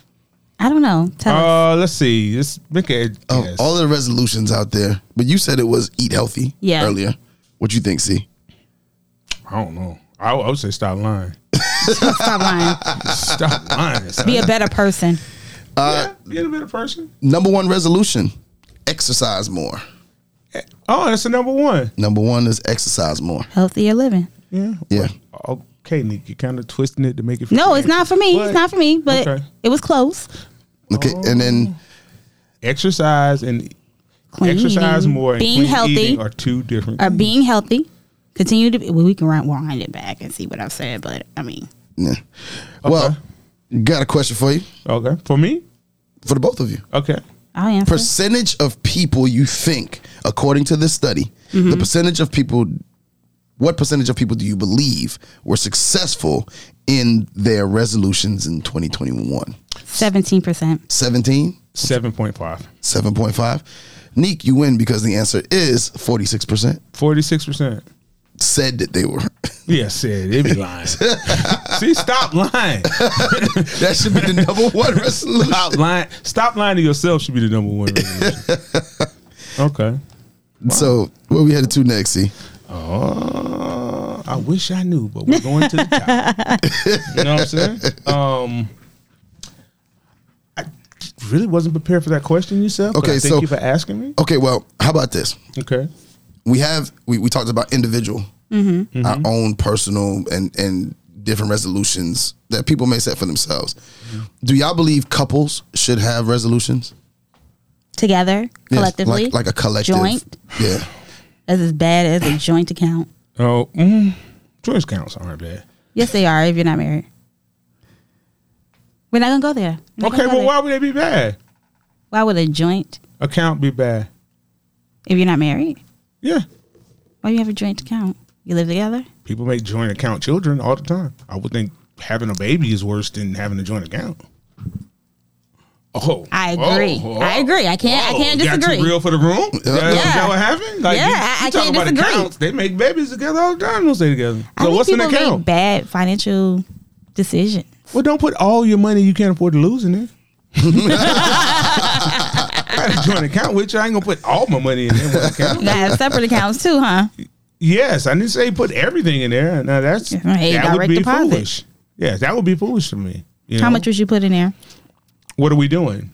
I don't know. Tell us.
Uh, let's see. Let's make a
of
guess.
Oh, all of the resolutions out there. But you said it was eat healthy
Yeah.
earlier. What you think, C?
I don't know. I, would- I would say stop lying. Oh.
Stop lying.
Stop lying. son.
Be a better person.
yeah, be a better person.
Number one resolution, exercise more.
Oh, that's the number one.
Number one is exercise more.
Healthier living.
Yeah.
Yeah.
Okay, Nick, you're kind of twisting it to make it.
No, it's not for me.
What?
It's not for me, but
Okay.
it was close.
Okay. And then
Exercise and
Clean
exercise
eating,
more and
being
clean
healthy, Uh,
eating are two different.
or being healthy. Continue to be, well, we can run, wind it back and see what I've said, but I mean,
nah. well, got a question for you.
okay, for me.
For the both of you.
Okay.
I'll answer.
Percentage of people you think, according to this study, the percentage of people what percentage of people do you believe were successful in their resolutions in 2021?
17%.
17?
Seven point five.
7.5. Neek, you win because the answer is 46%
Forty six percent.
said that they were.
Yeah, said they be lying. See, stop lying.
that should be the number one resolution.
Stop lying. Stop lying to yourself should be the number one. resolution. okay.
So, where we headed to next, see?
Uh, I wish I knew, but we're going to the top. you know what I'm saying? Um, I really wasn't prepared for that question yourself. Okay,
Okay,
I thank
so-
you for asking me.
Okay, well, how about this?
Okay,
We have, we, we talked about individual, our own personal and, and different resolutions that people may set for themselves. Do y'all believe couples should have resolutions?
Together,
Yes,
collectively.
Like, like a collective.
Joint.
Yeah.
That's as bad as a joint account.
oh, mm, choice counts aren't bad.
Yes, they are if you're not married. We're not going to go there. We're not
Okay,
gonna go
but
there.
why would they be bad?
Why would a joint,
Account be bad?
if you're not married,
Yeah,
why do you have a joint account? You live together?
people make joint account children all the time. I would think having a baby is worse than having a joint account. Oh,
I
whoa,
agree.
whoa.
I agree. I can't- I can't
got too
disagree.
real for the room. Is that- is
Yeah.
that what happened? Like,
Yeah, I- I can't
about
disagree.
accounts. They make babies together all the time. Don't stay together.
I
So
think
what's an
people
account?
make bad financial decisions.
well, don't put all your money you can't afford to lose in it. I got a joint account, which I ain't gonna put all my money in that one account.
You got to have separate accounts too, huh?
Yes, I didn't say put everything in there. Now that's
Hey,
that would
direct
be
deposit.
foolish. Yes, that would be foolish to me. you
How
know?
much would you put in there?
What are we doing?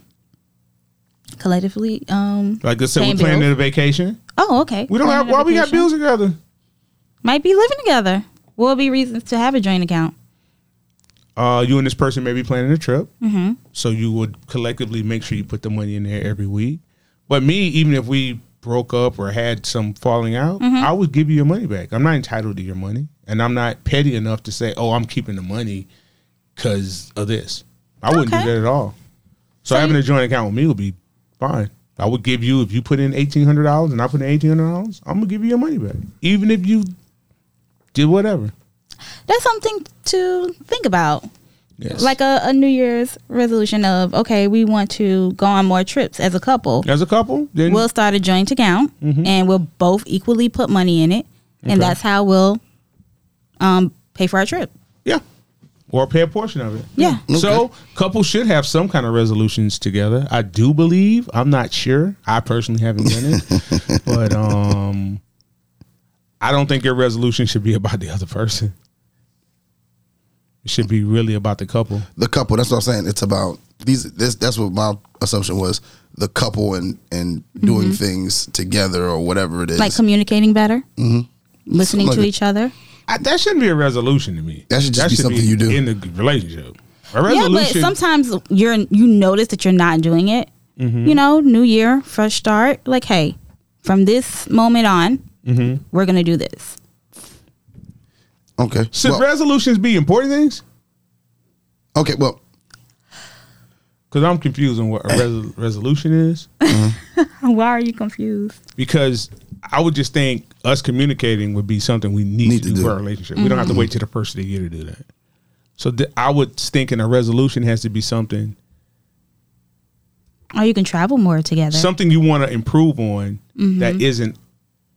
Collectively, um,
Like let's say
Paying
we're planning
bills.
a vacation.
Oh, okay.
We don't
Plan
have.
a
Why we got
vacation.
bills together?
Might be living together. What would be reasons to have a joint account?
uh, you and this person may be planning a trip. Mm-hmm. So you would collectively make sure you put the money in there every week. But me, even if we broke up or had some falling out,
Mm-hmm.
I would give you your money back. I'm not entitled to your money. And I'm not petty enough to say, oh, I'm keeping the money because of this. I wouldn't
Okay.
do that at all. So,
So
having
you-
a joint account with me would be fine. I would give you if you put in eighteen hundred dollars and I put in eighteen hundred dollars. I'm gonna give you your money back, even if you did whatever.
That's something to think about.
Yes.
Like a, a New Year's resolution of okay, we want to go on more trips as a couple.
as a couple, then
We'll start a joint account and we'll both equally put money in it, and that's how we'll um, pay for our trip.
yeah, or pay a portion of it. Mm.
Yeah.
So couples should have some kind of resolutions together. I do believe. I'm not sure. I personally haven't done it, but um, I don't think your resolution should be about the other person. It should be really about the couple.
the couple. That's what I'm saying. It's about these. This that's what my assumption was. The couple and and doing things together or whatever it is.
Mm-hmm. Like communicating better, listening
Something
to
Mm-hmm. like
each other.
I, that shouldn't be a resolution to me.
That should just be something you do.
in the relationship. A
Yeah, but
resolution.
sometimes you're you notice that you're not doing it. You know, new year, fresh start. Like, hey, from this moment on, we're gonna do this.
okay.
should
well,
resolutions be important things?
okay. Well,
Because I'm confused on what a res- resolution is.
Why are you confused?
Because I would just think us communicating would be something we need, to, do for our relationship. We don't have to wait till the first of the year to do that. So th- I would thinking a resolution has to be something
Or Oh, you can travel more together.
something you want to improve on that isn't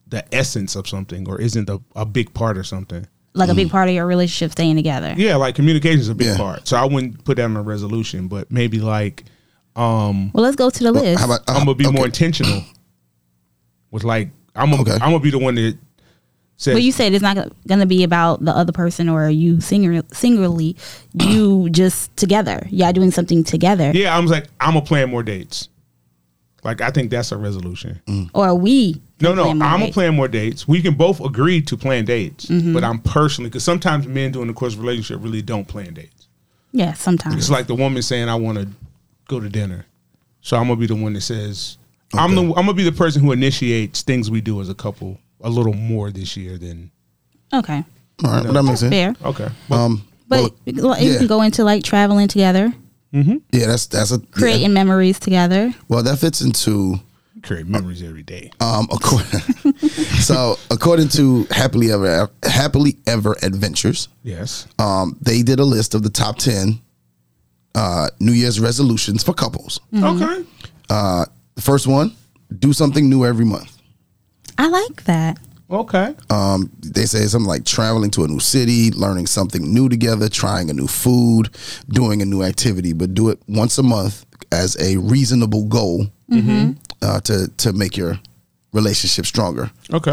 the essence of something or isn't a, a big part of something.
like
Mm-hmm.
a big part of your relationship staying together.
Yeah, like communication is a big
Yeah.
part. So I wouldn't put that in a resolution, but maybe like
Well, let's go to the list.
how about uh,
I'm gonna be
Uh-huh. okay.
more intentional with like I'm gonna
Okay.
I'm gonna be the one that says
but you said it's not going to be about the other person or you singer, singularly, you just together. Y'all doing something together.
yeah. I'm like I'm gonna plan more dates. Like I think that's a resolution.
Or we.
No,
can
no,
Mm-hmm. plan
I'm gonna
more dates. Mm-hmm.
plan more dates. We can both agree to plan dates, but I'm personally because sometimes men during the course of a relationship really don't plan dates.
Yeah, sometimes.
It's like the woman saying, "I want to go to dinner," so I'm gonna be the one that says, "I'm the I'm gonna be the person who initiates things we do as a couple a little more this year than
Okay,
All right. well, that makes sense.
fair.
okay."
Um.
But like, you
yeah.
can go into like traveling together,
Yeah. That's that's a yeah.
creating memories together.
Well, that fits into
create memories every day.
um. According, so according to happily ever happily ever adventures.
Yes.
um, they did a list of the top 10 uh, New Year's resolutions for couples.
Mm-hmm.
Okay.
The first one, do something new every month.
I like that.
Okay.
Um, they say something like traveling to a new city, learning something new together, trying a new food, doing a new activity, but do it once a month as a reasonable goal uh, to, to make your relationship stronger.
okay.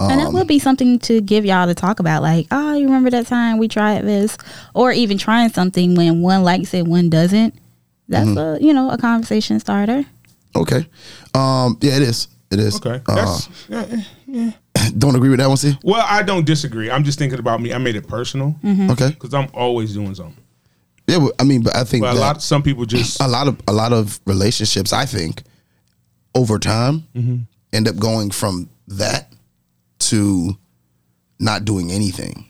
and
Um,
that would be something to give y'all to talk about. Like, oh, you remember that time we tried this, or even trying something when one likes it, one doesn't. That's
Mm-hmm.
a you know a conversation starter.
Okay. Um, yeah, it is. It is.
Okay.
Uh,
That's, yeah, yeah.
don't agree with that one, see?
well, I don't disagree. I'm just thinking about me. I made it personal
Mm-hmm.
because
Okay.
I'm always doing something.
Yeah, but, I mean, but I think
But a
that-
lot, some people just
a lot of a lot of relationships i think over time
Mm-hmm.
end up going from that to not doing anything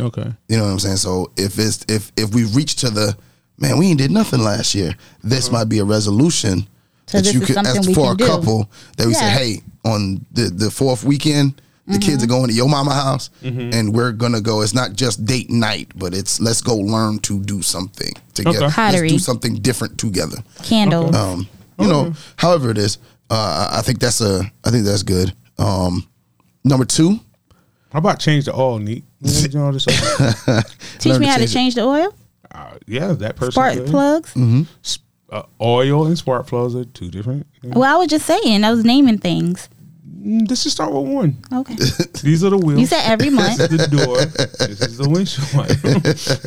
okay.
you know what i'm saying so if it's if if we reach to the man we ain't did nothing last year this might be a resolution
Mm-hmm. So
that
this
you
is
could
something
as
we
for
can
a
do.
couple that we say
Yeah. Mm-hmm.
hey on the the fourth weekend the kids are going to your mama house and we're gonna go it's not just date night but it's let's go learn to do something together let's do
Pottery.
something different together
Candles.
um, you know, however it is, uh, I I think that's a, I think that's good. Um, number two,
How about change the all neat? You know, just-
Teach
learn
me
to
how to
change it.
change the oil.
uh, yeah, that person.
Spark
could.
plugs.
Mm-hmm.
S- Uh, oil and spark plugs are two different.
Well, I was just saying. I was naming things.
Mm, Let's just start with one.
Okay.
These are the wheels.
You said every month.
the door. This is the windshield. wiper.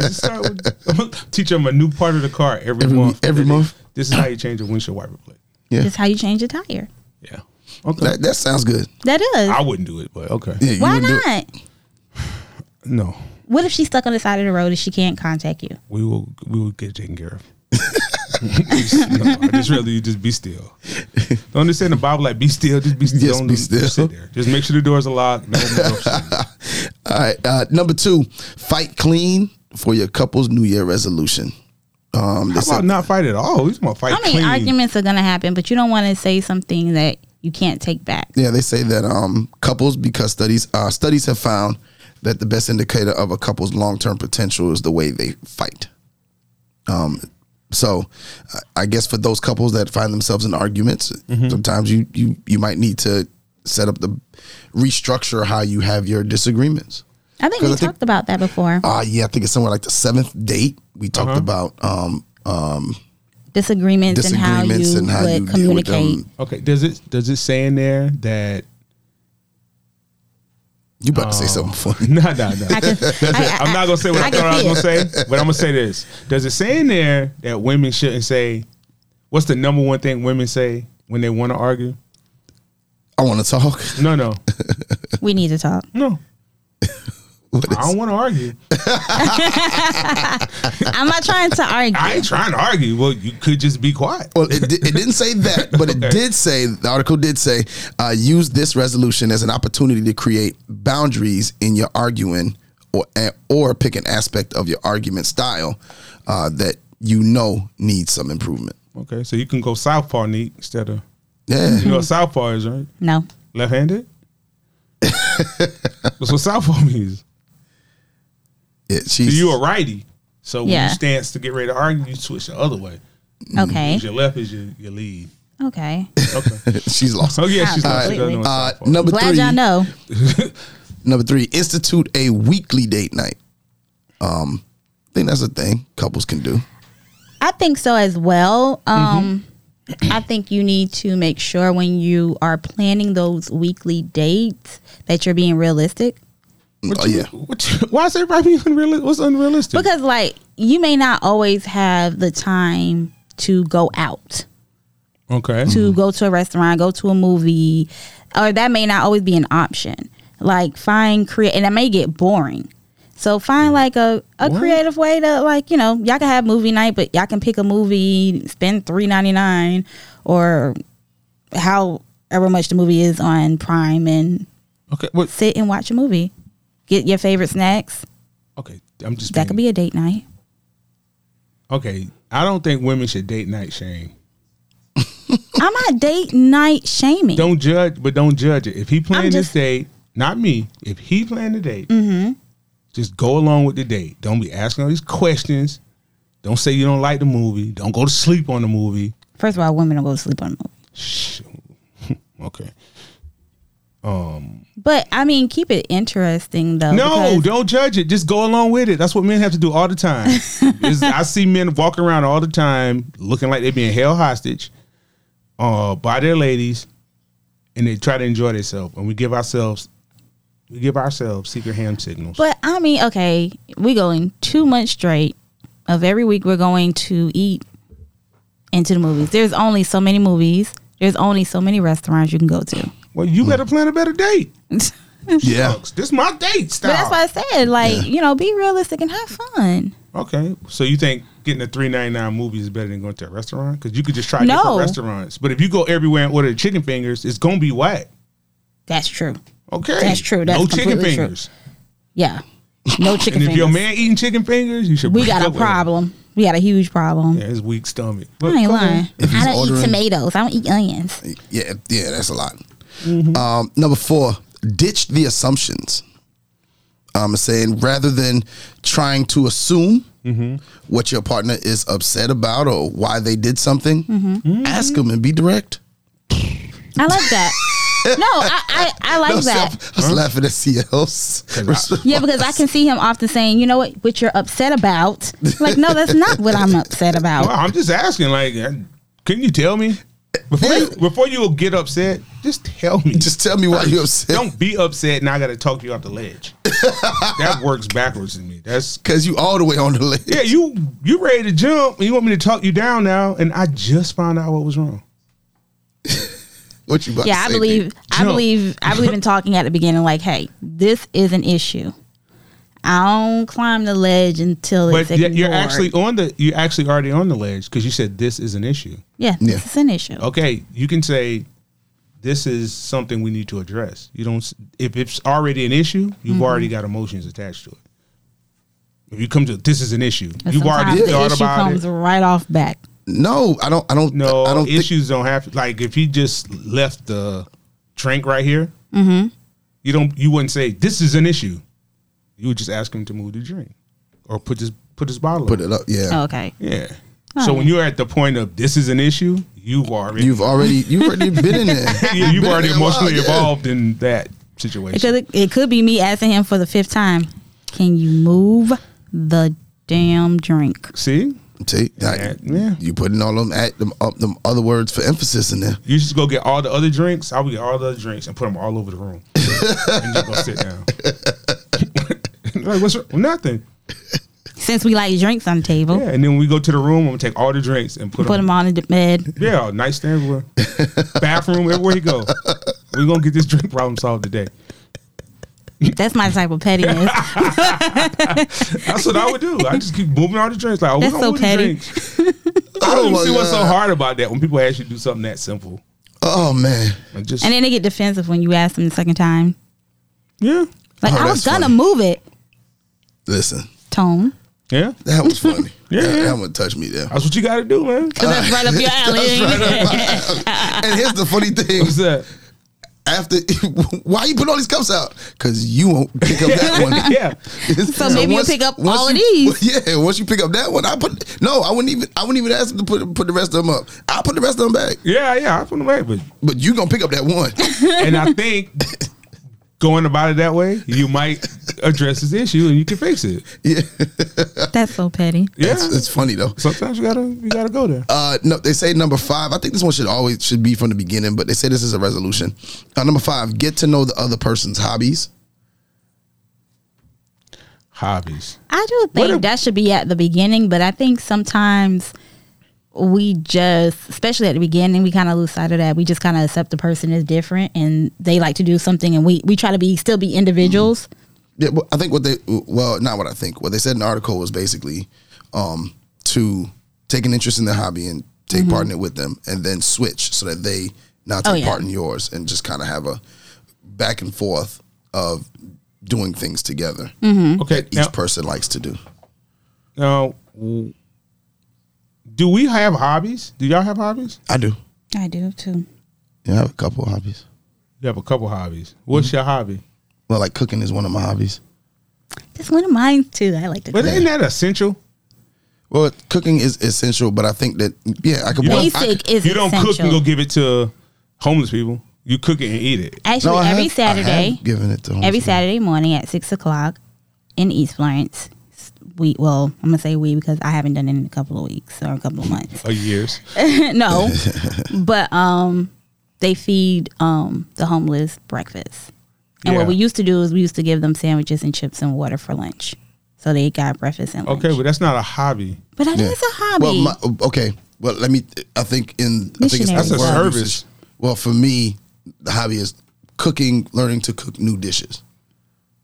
Let's start with, I'm gonna teach them a new part of the car every,
Every-
month.
every month?
This is how you change a windshield wiper plate.
yeah,
Is how you change a tire.
Yeah. Okay.
that, that sounds good.
That is.
I wouldn't do it, but okay.
Yeah, you
Why
would do it.
not?
No,
What if she's stuck on the side of the road and she can't contact you?
we will. We will get it taken care of. no, I just rather you just be still. Don't understand the Bible like be still. Just be still.
Yes,
Don't
be
do- Just
still.
sit there. Just make sure the doors are locked. No, no, no.
All right, uh, number two, fight clean for your couple's New Year resolution. Um, they
How about
said-
not fight at all? He's gonna fight
I mean,
clean.
arguments are gonna happen, but you don't want to say something that you can't take back.
yeah, they say that um, couples, because studies uh, studies have found that the best indicator of a couple's long term potential is the way they fight. Um, So, I- I guess for those couples that find themselves in arguments,
Mm-hmm.
sometimes you you you might need to set up the restructure how you have your disagreements.
I think
'Cause
we
I think-
talked about that before.
Uh yeah, I think it's somewhere like the seventh date we talked
Uh-huh.
about um um
disagreements,
disagreements
and how you would
deal with
communicate.
them.
Okay, does it does it say in there that
You about to say something funny?
No, no, no.
I can-
That's
I-
it. I'm
I-
not gonna say what I,
I can
thought I was
see
gonna say, but I'm gonna say this. Does it say in there that women shouldn't say what's the number one thing women say when they wanna argue?
I want to talk.
No, no.
We need to talk.
No.
What
I
is-
don't wanna argue.
I'm not trying to argue.
I ain't trying to argue. Well, you could just be quiet.
Well, it, di- it didn't say that, but it did say the article did say uh, use this resolution as an opportunity to create boundaries in your arguing, or eh, or pick an aspect of your argument style uh, that you know needs some improvement.
Okay, so you can go southpaw neat instead of you
Yeah,
Mm.
know what southpaw is, right?
no.
Left handed? That's what southpaw means.
yeah she's
You a righty. So when
Yeah.
you stance to get ready to argue, you switch the other way.
Okay.
'Cause Your left is your, your lead.
Okay.
Okay.
she's lost.
Oh yeah, she's not. She
Completely.
doesn't know what
Uh,
southpaw is.
number
Glad
3
y'all know.
Number three, institute a weekly date night. Um, I think that's a thing couples can do.
I think so as well. Um, I think you need to make sure when you are planning those weekly dates that you're being realistic.
oh yeah,
What you- why is everybody being unrealistic? What's unrealistic?
Because, like, you may not always have the time to go out,
okay.
to go to a restaurant, go to a movie, or that may not always be an option. Like, find create, and it may get boring. So find like a, a
What?
creative way to like you know y'all can have movie night, but y'all can pick a movie, spend three ninety nine, or however much the movie is on Prime, and
Okay. What?
sit and watch a movie. Get your favorite snacks.
Okay. I'm just.
That could
being-
be a date night.
Okay. I don't think women should date night shame.
I'm not date night shaming.
Don't judge, but don't judge it. If he planned this
just- Mm-hmm.
date, not me. If he planned the date, just go along with the date. Don't be asking all these questions. Don't say you don't like the movie. Don't go to sleep on the movie.
First of all, women don't go to sleep on a movie.
Shh. okay.
But I mean, keep it interesting though.
No,
because-
don't judge it. Just go along with it. That's what men have to do all the time. It's- I see men walking around all the time looking like they're being held hostage uh, by their ladies, and they try to enjoy themselves. And we give ourselves, we give ourselves secret hand signals.
But I mean, okay, we going two months straight of every week we're going to eat into the movies. There's only so many movies. There's only so many restaurants you can go to.
well, you better plan a better date.
yeah.
This is my date
But
style.
that's why I said, like, you know, be realistic and have fun.
okay, so you think getting a three ninety nine movie is better than going to a restaurant? Because you could just try
No.
different restaurants. But if you go everywhere and order chicken fingers, it's gonna be whack.
That's true.
Okay,
That's true. That's
no chicken
completely true.
fingers.
Yeah. No chicken
And if
fingers.
your man eating chicken fingers, you should.
we
break
got a
up with him.
problem. We got a huge problem.
Yeah, his weak stomach.
I ain't
But-
lying.
If he's
I don't
ordering-
eat tomatoes. I don't eat onions.
yeah, yeah, that's a lot.
Mm-hmm.
Um, number four, ditch the assumptions. I'm saying rather than trying to assume
Mm-hmm.
what your partner is upset about or why they did something,
Mm-hmm.
ask them and be direct.
I like that. no, I, I, I like
No,
that.
Seth, I was laughing at CL's.
Yeah, because I can see him often saying, you know what, what you're upset about. Like, no, that's not what I'm upset
Well,
about.
I'm just asking. Like, can you tell me before you, before you get upset? Just tell me. Just
Just tell me why you're upset.
don't be upset, and I got to talk you off the ledge. that works backwards in me. That's
Cause you all the way on the list.
yeah. You you ready to jump? And you want me to talk you down now? And I just found out what was wrong.
What you about
Yeah, I
to say,
believe, I
Jump.
believe, I believe in talking at the beginning, like, hey, this is an issue. I don't climb the ledge until
But
it's
yet
ignored.
you're actually on the you're actually already on the ledge because you said this is an issue.
yeah,
Yeah.
this is an issue.
okay, you can say this is something we need to
Mm-hmm.
address. You don't s- if it's already an issue, you've already got emotions attached to it. If you come to this is an issue.
And
You've
sometimes
already
the
thought
issue
about
comes
it.
right off back.
No, I don't. I don't.
No,
I don't. think-
issues don't happen. Like if you just left the drink right here, you don't. You wouldn't say this is an issue. You would just ask him to move the drink or put this put this bottle.
put
up.
it up. Yeah.
okay.
Yeah. So when you're at the point of this is an issue, you
Oh.
are
You've already you've already been in there.
you, you've
been
already
there a while,
emotionally
yeah.
involved in that situation.
Because it, it could be me asking him for the fifth time, can you move the damn drink?
See,
See, now,
Yeah.
you putting all them at them up them other words for emphasis in there.
you just go get all the other drinks. I will get all the other drinks and put them all over the room. and just go sit down. like what's nothing?
Since we like drinks on the table,
Yeah, and then we go to the room. I'm gonna take all the drinks and put,
put
them.
them on the bed.
Yeah, nightstand, everywhere. bathroom, everywhere he go. We're gonna get this drink problem solved today.
That's my type of pettiness.
That's what I would do. I just keep moving all the drinks. Like, oh,
That's
we're gonna
so
move the
petty.
drinks. I don't
Oh
even
my
see what's so
God.
hard about that when people ask you to do something that simple.
Oh man,
And just
and then they get defensive when you ask them the second time.
yeah,
Like,
Oh,
I was
that's
gonna
funny.
move it,
listen,
Tone.
yeah.
that was funny.
Yeah,
that,
yeah.
that one touched me there.
That's what you got to do, man.
Because that's right up your alley.
And here's the funny thing:
What's that?
after why you put all these cups out? Because you won't pick up that one.
yeah,
So maybe you'll pick up
once
all of
you-
these.
Yeah, once you pick up that one, I put no. I wouldn't even. I wouldn't even ask them to put put the rest of them up. I will put the rest of them back.
yeah, yeah. I put them away, but
But you gonna pick up that one.
and I think going about it that way, you might address this issue and you can fix it.
yeah,
That's so petty.
Yeah.
It's, it's funny though.
Sometimes you gotta you gotta go there.
Uh, no, they say number five. I think this one should always should be from the beginning, but they say this is a resolution. Uh, number five: get to know the other person's hobbies.
Hobbies.
I do
What
think
if-
that should be at the beginning, but I think sometimes we just, especially at the beginning, we kind of lose sight of that. We just kind of accept the person is different and they like to do something, and we we try to be still be individuals.
Yeah, well, I think what they well, not what I think. What they said in the article was basically um, to take an interest in their hobby and take part in it with them, and then switch so that they now take
Oh, yeah.
part in yours, and just kind of have a back and forth of doing things together.
Mm-hmm.
Okay.
Each
Hmm? Now,
person likes to do.
now, w- do we have hobbies? Do y'all have hobbies?
I do.
I do too.
Yeah, I have a couple of hobbies.
You have a couple hobbies. What's
Hmm.
your hobby?
Well, like cooking is one of my hobbies.
That's one of mine too. I like to.
But
cook.
isn't that essential?
Well, cooking is essential, but I think that yeah, I could.
You
well, I
don't-
Basic
could-
is
you don't cook and
essential.
go give it to homeless people. You cook it and eat it.
Actually,
No, I
every
have- I have
Saturday,
given it to homeless
every
people.
Saturday morning at six o'clock in East Florence. We well, I'm gonna say we because I haven't done it in a couple of weeks or a couple of months.
Or years.
no, but um, they feed um the homeless breakfast. And
Yeah.
what we used to do is we used to give them sandwiches and chips and water for lunch, so they got breakfast and lunch.
Okay, but that's not a hobby.
but I think
Yeah.
it's a hobby.
Well, my, oh, okay. Well, let me. I think in I think it's
Missionary. That's a
word
service.
usage. Well, for me, the hobby is cooking, learning to cook new dishes.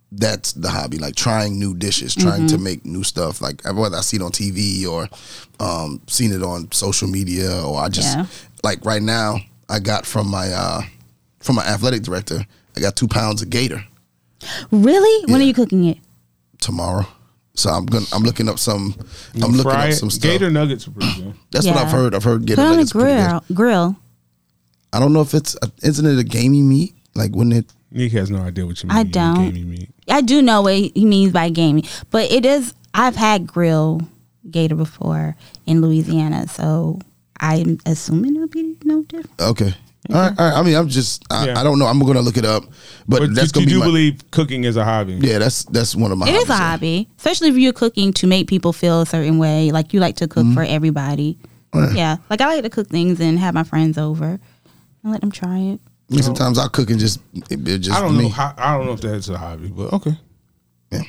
That's the hobby, like trying new dishes, trying
Mm-hmm.
to make new stuff. Like whether I see it on TV or um, seen it on social media, or I just
Yeah.
like right now, I got from my uh, from my athletic director, I got two pounds of gator
really? When are
Yeah.
you cooking it?
tomorrow. So I'm gonna I'm looking up some I'm looking
Fry
up
it.
some stuff.
Gator nuggets are pretty good.
That's what I've
Yeah.
heard. I've heard gator
Put on a
nuggets are pretty good.
grill. Grill.
I don't know if it's isn't it a gamey meat? Like wouldn't it?
Nick has no idea what you mean.
I
you
don't.
gamey meat.
I do know what he means by gaming, but it is. I've had grill gator before in Louisiana, so I'm assuming it would be no different.
Okay. All right, all right. I mean, I'm just I,
Yeah.
I don't know. I'm gonna look it up, but,
But
that's
you,
gonna
you
be
do
my,
believe cooking is a hobby.
yeah. That's that's one of my.
It is a
hobbies.
hobby, especially if you're cooking to make people feel a certain way. Like you like to cook for everybody. Yeah. like I like to cook things and have my friends over and let them try it.
I mean, sometimes I'll cook and just it, it just
I don't
me.
know. How, I don't know if that's a hobby, but okay.
Yeah. Um,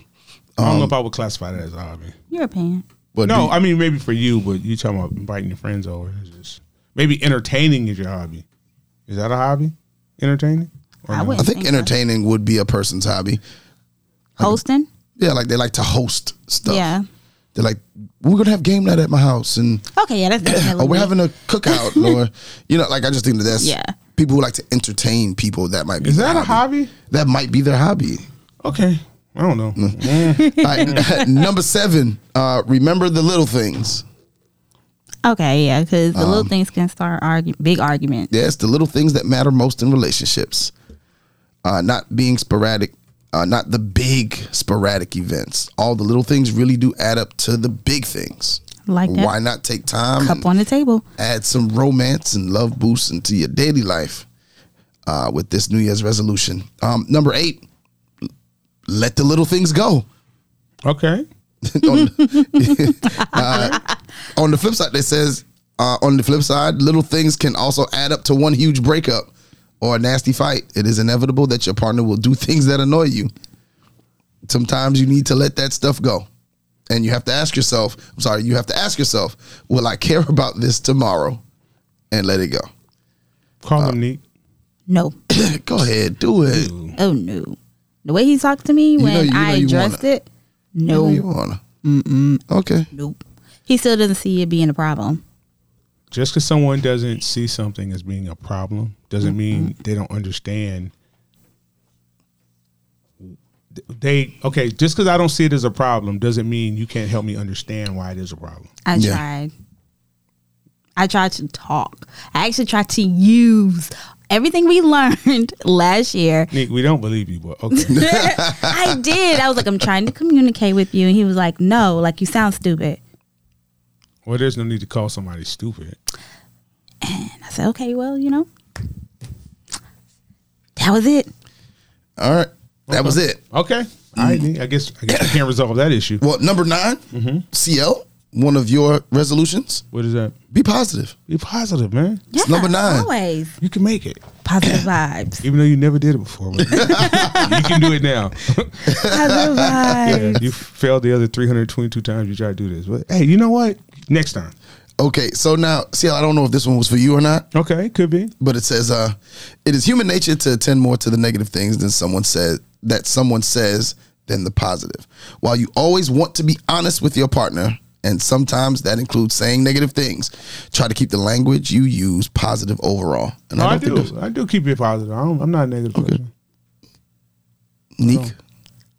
I don't know if I would classify that as a hobby.
You're a pan.
But
no,
do-
I mean maybe for you, but you talking about inviting your friends over. It's just maybe entertaining is your hobby. Is that a hobby? Entertaining? Or
I
no?
I
wouldn't
think
think so.
entertaining would be a person's hobby.
Hosting?
Yeah, like they like to host stuff.
Yeah.
They're like, we're gonna have game night at my house, and
Okay, yeah, that's definitely.
or we're
me.
having Oh, a cookout, or you know, like I just think that that's
Yeah.
people who like to entertain people. That might be
Is
their
that a hobby?
That might be their hobby.
Okay. I don't know.
Mm. All right, number seven, uh, remember the little things.
Okay, yeah, because the little things can start argu- big arguments.
Yes, the little things that matter most in relationships. Uh, not being sporadic, uh, not the big sporadic events. All the little things really do add up to the big things.
Like that.
Why not take time and
Cup on the table.
add some romance and love boost into your daily life uh, with this New Year's resolution? Um, number eight, let the little things go.
Okay.
on, uh, on the flip side, it says uh, on the flip side, little things can also add up to one huge breakup or a nasty fight. It is inevitable that your partner will do things that annoy you. Sometimes you need to let that stuff go. And you have to ask yourself, I'm sorry, you have to ask yourself, will I care about this tomorrow? And let it go.
Call
Uh,
him Neat.
No.
go ahead, do it.
Oh, no. The way he talked to me when
know- you know
I
you
addressed
wanna-
it, no,
You wanna? Okay.
nope. He still doesn't see it being a problem.
Just because someone doesn't see something as being a problem doesn't
Mm-hmm.
mean they don't understand. They okay. Just because I don't see it as a problem doesn't mean you can't help me understand why it is a problem.
I
Yeah.
tried. I tried to talk. I actually tried to use everything we learned last year.
Nick, we don't believe you, but okay.
I did. I was like, I'm trying to communicate with you. And he was like, no, like you sound stupid.
well, there's no need to call somebody stupid.
And I said, okay, well, you know, that was it.
All right. That was it.
Okay. All
Mm.
right, Nick. I guess I guess I can't resolve that issue.
Well, number 9
Mm-hmm.
CL, one of your resolutions,
What is that?
be positive.
Be positive, man.
It's number nine.
Always
You can make it,
positive vibes.
even though you never did it before. but you can do it now.
Positive vibes.
you failed the other 322 times you tried to do this. But hey, you know what? Next time.
Okay, so now, CL, I don't know if this one was for you or not,
Okay, could be.
but it says, uh, "It is human nature to attend more to the negative things than someone says that someone says than the positive. While you always want to be honest with your partner, and sometimes that includes saying negative things, try to keep the language you use positive overall." And
No, I,
don't think
do. I do keep it positive. I don't, I'm not a negative person.
that's- Neek,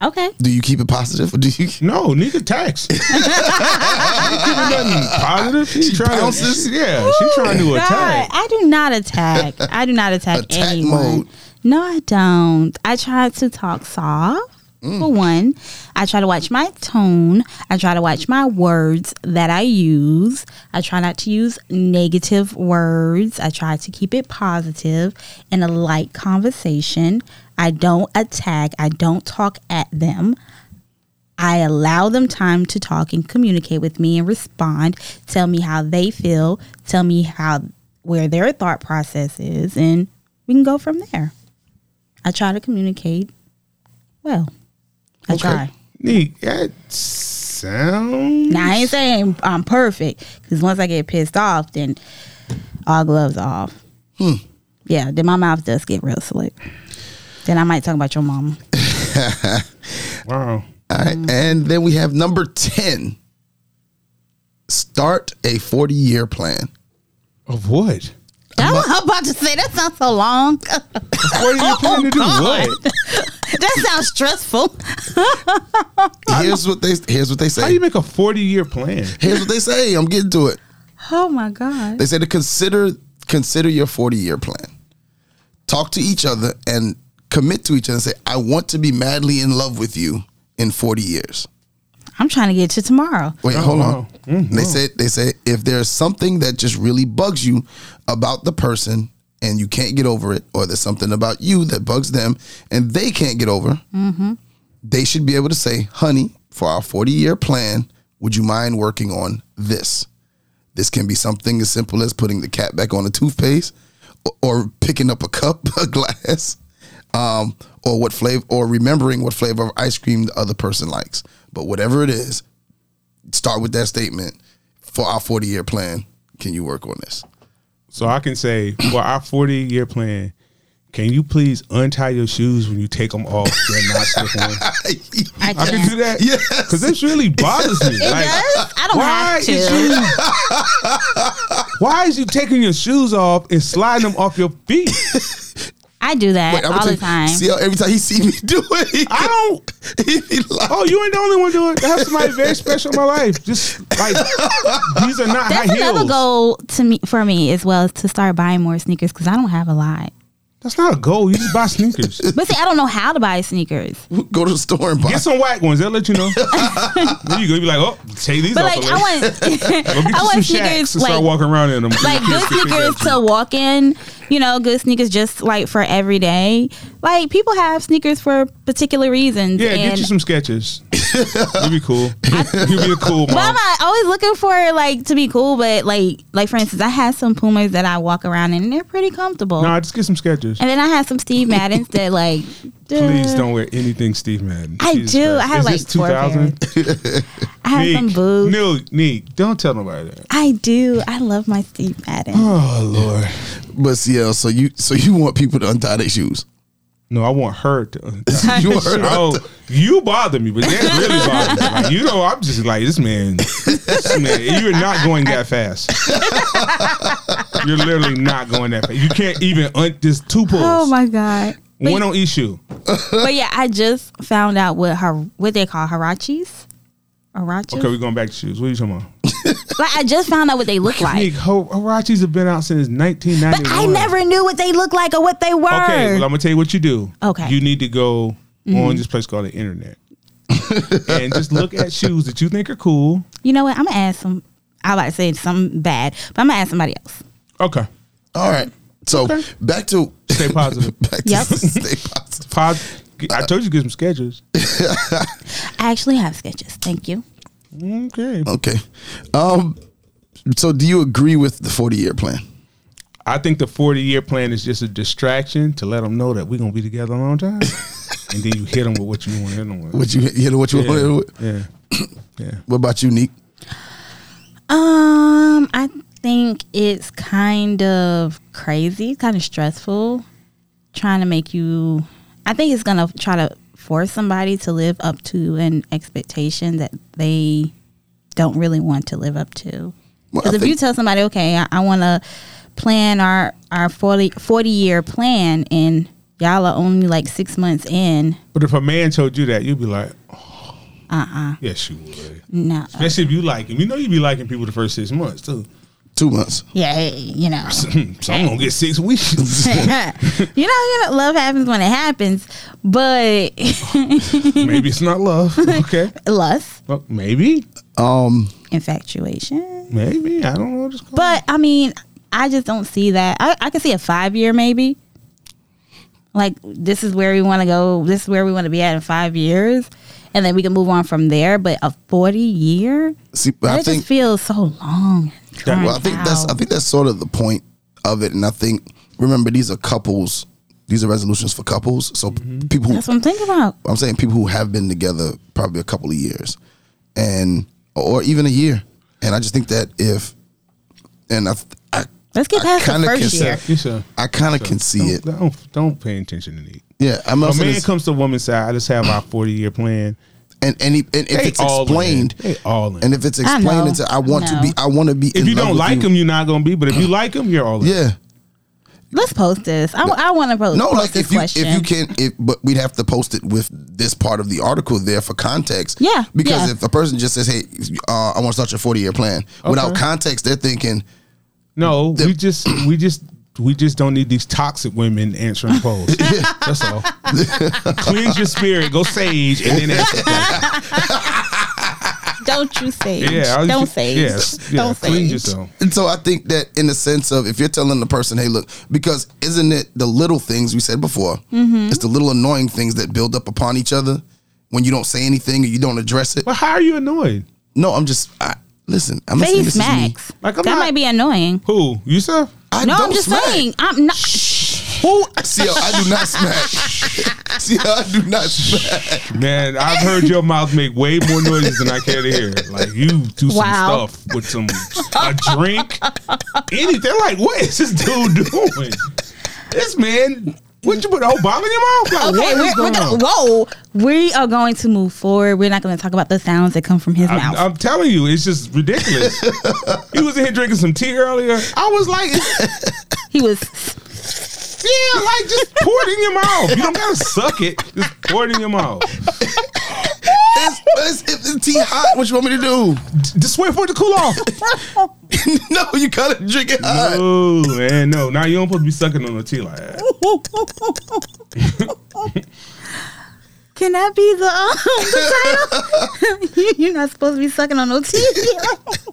Okay.
do you keep it positive or do you?
No, Nika tax. She keep it nothing positive. She, trying
bounces?
To, yeah, she trying to
God,
attack.
I do not attack. I do not attack
Attack
anyone.
mode.
No, I don't. I try to talk soft. For one, I try to watch my tone. I try to watch my words that I use. I try not to use negative words. I try to keep it positive in a light conversation. I don't attack. I don't talk at them. I allow them time to talk and communicate with me and respond, tell me how they feel, tell me how where their thought process is, and we can go from there. I try to communicate well. I try.
Neek, that sounds.
Now I ain't saying I'm perfect because once I get pissed off, then all gloves are off. Yeah, then my mouth does get real slick. Then I might talk about your mama.
Wow.
All right,
Mm.
and then we have number ten. Start a forty-year plan.
Of what?
I was about to say that sounds so long.
What are
Oh,
you planning to do? What?
that sounds stressful.
Here's what they here's what they
How do you
say.
make a 40 year plan?
Here's what they say. I'm getting to it.
Oh my god.
They say to consider consider your 40 year plan. Talk to each other and commit to each other and say, I want to be madly in love with you in 40 years.
I'm trying to get to tomorrow.
Wait, hold on.
wow. Mm,
They said they say if there's something that just really bugs you about the person and you can't get over it, or there's something about you that bugs them and they can't get over, they should be able to say, "Honey, for our 40 year plan, would you mind working on this?" This can be something as simple as putting the cap back on the toothpaste, or, or picking up a cup, a glass, um, or what flavor, or remembering what flavor of ice cream the other person likes. But whatever it is, start with that statement for our 40 year plan. Can you work on this?
So I can say, for our 40 year plan, can you please untie your shoes when you take them off? They're not slip on.
I
I can do
can't.
that.
Yes.
because this really bothers me.
It
like,
does? I don't
why
have
is
to.
you? Why is you taking your shoes off and sliding them off your feet?
I I do that
Wait, I'ma
all
tell
the
you,
time.
See how every time he see me do it, he,
I don't.
he be like,
Oh, you ain't the only one doing it. I have somebody very special in my life. Just like these are not
That's
high
another
heels.
goal to me for me as well is to start buying more sneakers because I don't have a lot.
That's not a goal. You just buy sneakers.
But see, I don't know how to buy sneakers.
go to the store and buy.
Get some whack ones. They'll let you know. then you go. You be like, oh, take these
But
off.
like,
the
I
list.
want,
Go get
I
you
want
some shacks
sneakers
and start
like
walking around in them.
like good sneakers to walk in, you know, good sneakers just like for every day. Like people have sneakers for particular reasons.
Yeah,
and
get you some sketches. You'll be cool. You'll be a cool
but I'm
mom.
not always looking for like to be cool, but like like for instance, I had some Pumas that I walk around in and they're pretty comfortable.
Nah, just get some sketches.
And then I had some Steve Maddens that like
Please don't wear anything Steve Madden.
I do. I have,
Is
like, four I had some
Neek,
boots.
Neek, Neek, don't tell nobody that.
I do. I love my Steve Madden.
Oh Lord.
But CL, so you so you want people to untie their shoes?
No, I want her to.
You want her to-
Oh, you bother me, but that really bothers me. Like, you know, I'm just like this man. This man, you're not going that fast. you're literally not going that fast. You can't even un- just two pulls,
Oh my god. But,
one on each shoe.
but yeah, I just found out what her what they call hirachis. Hirachis.
Okay, we're going back to shoes. What are you talking about?
Like I just found out what they look like.
Nick, Ho- Hirachis have been out since
But
1991.
I never knew what they looked like or what they were.
Okay, well, I'm gonna tell you what you do.
Okay. Mm-hmm.
you need to go on this place called the internet and just look at shoes that you think are cool.
you know what? I'm gonna ask some. I like to say something bad, but I'm gonna ask somebody else.
Okay,
All right. So back to
stay positive.
back to
Yep.
stay positive.
Pos- I told you to get some sketches.
I actually have sketches. Thank you.
Okay,
Okay. Um. So do you agree with the forty year plan?
I think the 40 year plan is just a distraction to let them know that we're gonna be together a long time, and then you hit them with what you want to hit them with.
Would you you know what you
yeah.
want?
yeah.
What about you, Neek?
Um, I think it's kind of crazy, kind of stressful, trying to make you. I think it's gonna try to force somebody to live up to an expectation that they don't really want to live up to.
Well,
Because
I
if
think-
you tell somebody, okay, I, I want to plan our our 40, 40 year plan, and y'all are only like six months in,
But if a man told you that, you'd be like, oh, uh-uh. Yes, you would.
no,
Especially if you like him. You know you be liking people the first six months too.
Two months.
yeah, you know.
so I'm gonna get six weeks.
you know, you know, love happens when it happens, but
maybe it's not love. Okay.
lust,
Well, maybe.
Um.
infatuation.
Maybe. I don't know what it's called.
But I mean, I just don't see that. I, I can see a five year maybe. Like this is where we want to go. This is where we want to be at in five years, and then we can move on from there. But a forty year,
See, but I
that
think
just feels so long.
Yeah,
Well, I think that's
Wow.
I think that's sort of the point of it, and I think remember these are couples. These are resolutions for couples. So people, who,
Mm-hmm. that's what I'm thinking about.
I'm saying people who have been together probably a couple of years, and or even a year. And I just think that if, and I, I,
Let's get
I
past the
kinda
first
consider-
year.
You sure?
I kind of can see it.
Don't, don't don't pay attention to me.
Yeah, I'm not
A
saying
man
it's-
comes to woman's side. I just have my 40 year plan.
and and, he, and if
They
it's
all
explained,
In. They all in.
and if it's
I
explained,
know.
it's a, I want to
No.
be, I want to be.
if
in
you
love
don't
with
like
you.
him, you're not gonna be. But if you like him, you're all in.
yeah.
Let's post this. I, I want to post.
No,
post
like
this
if you
question.
if you can, if but we'd have to post it with this part of the article there for context.
Yeah,
because
yeah.
if a person just says, "Hey, uh, I want to start your forty year plan," without
Okay.
context, they're thinking,
No, we just we just we just don't need these toxic women answering polls. That's all. Cleanse your spirit, go sage, and then answer.
Don't you say.
Yeah, I was
Don't
just-
say.
yes, yeah,
Don't
Cleanse
say.
yourself.
and so I think that in the sense of if you're telling the person, "Hey, look," because isn't it the little things we said before?
Mm-hmm.
It's the little annoying things that build up upon each other when you don't say anything or you don't address it.
But how are you annoyed?
No, I'm just I, listen. I'm
But
saying
he
this is me.
smacks.
Like, I'm
that
not-
might be annoying.
Who yourself?
I
No,
don't
I'm just
smack.
saying. I'm not.
Who?
See, I do not smack. See, I do not smack.
Man, I've heard your mouth make way more noises than I care to hear. Like you do some
Wow.
stuff with some a drink, anything. Like, what is this dude doing? This man, what you put Obama in your mouth? Like,
Okay,
what is
we're, we're
going
gonna.
on?
Whoa, we are going to move forward. We're not going to talk about the sounds that come from his
I'm,
mouth.
I'm telling you, it's just ridiculous. he was in here drinking some tea earlier. I was like,
he was.
Yeah, like just pour it in your mouth. You don't gotta suck it. Just pour it in your mouth.
It's, it's, it's, it's tea hot. What you want me to do?
Just wait for it to cool off.
no, you gotta drink it hot.
Oh man, no. Now you don't supposed to be sucking on the tea like that.
Can that be the, um, the title? You're not supposed to be sucking on no teeth.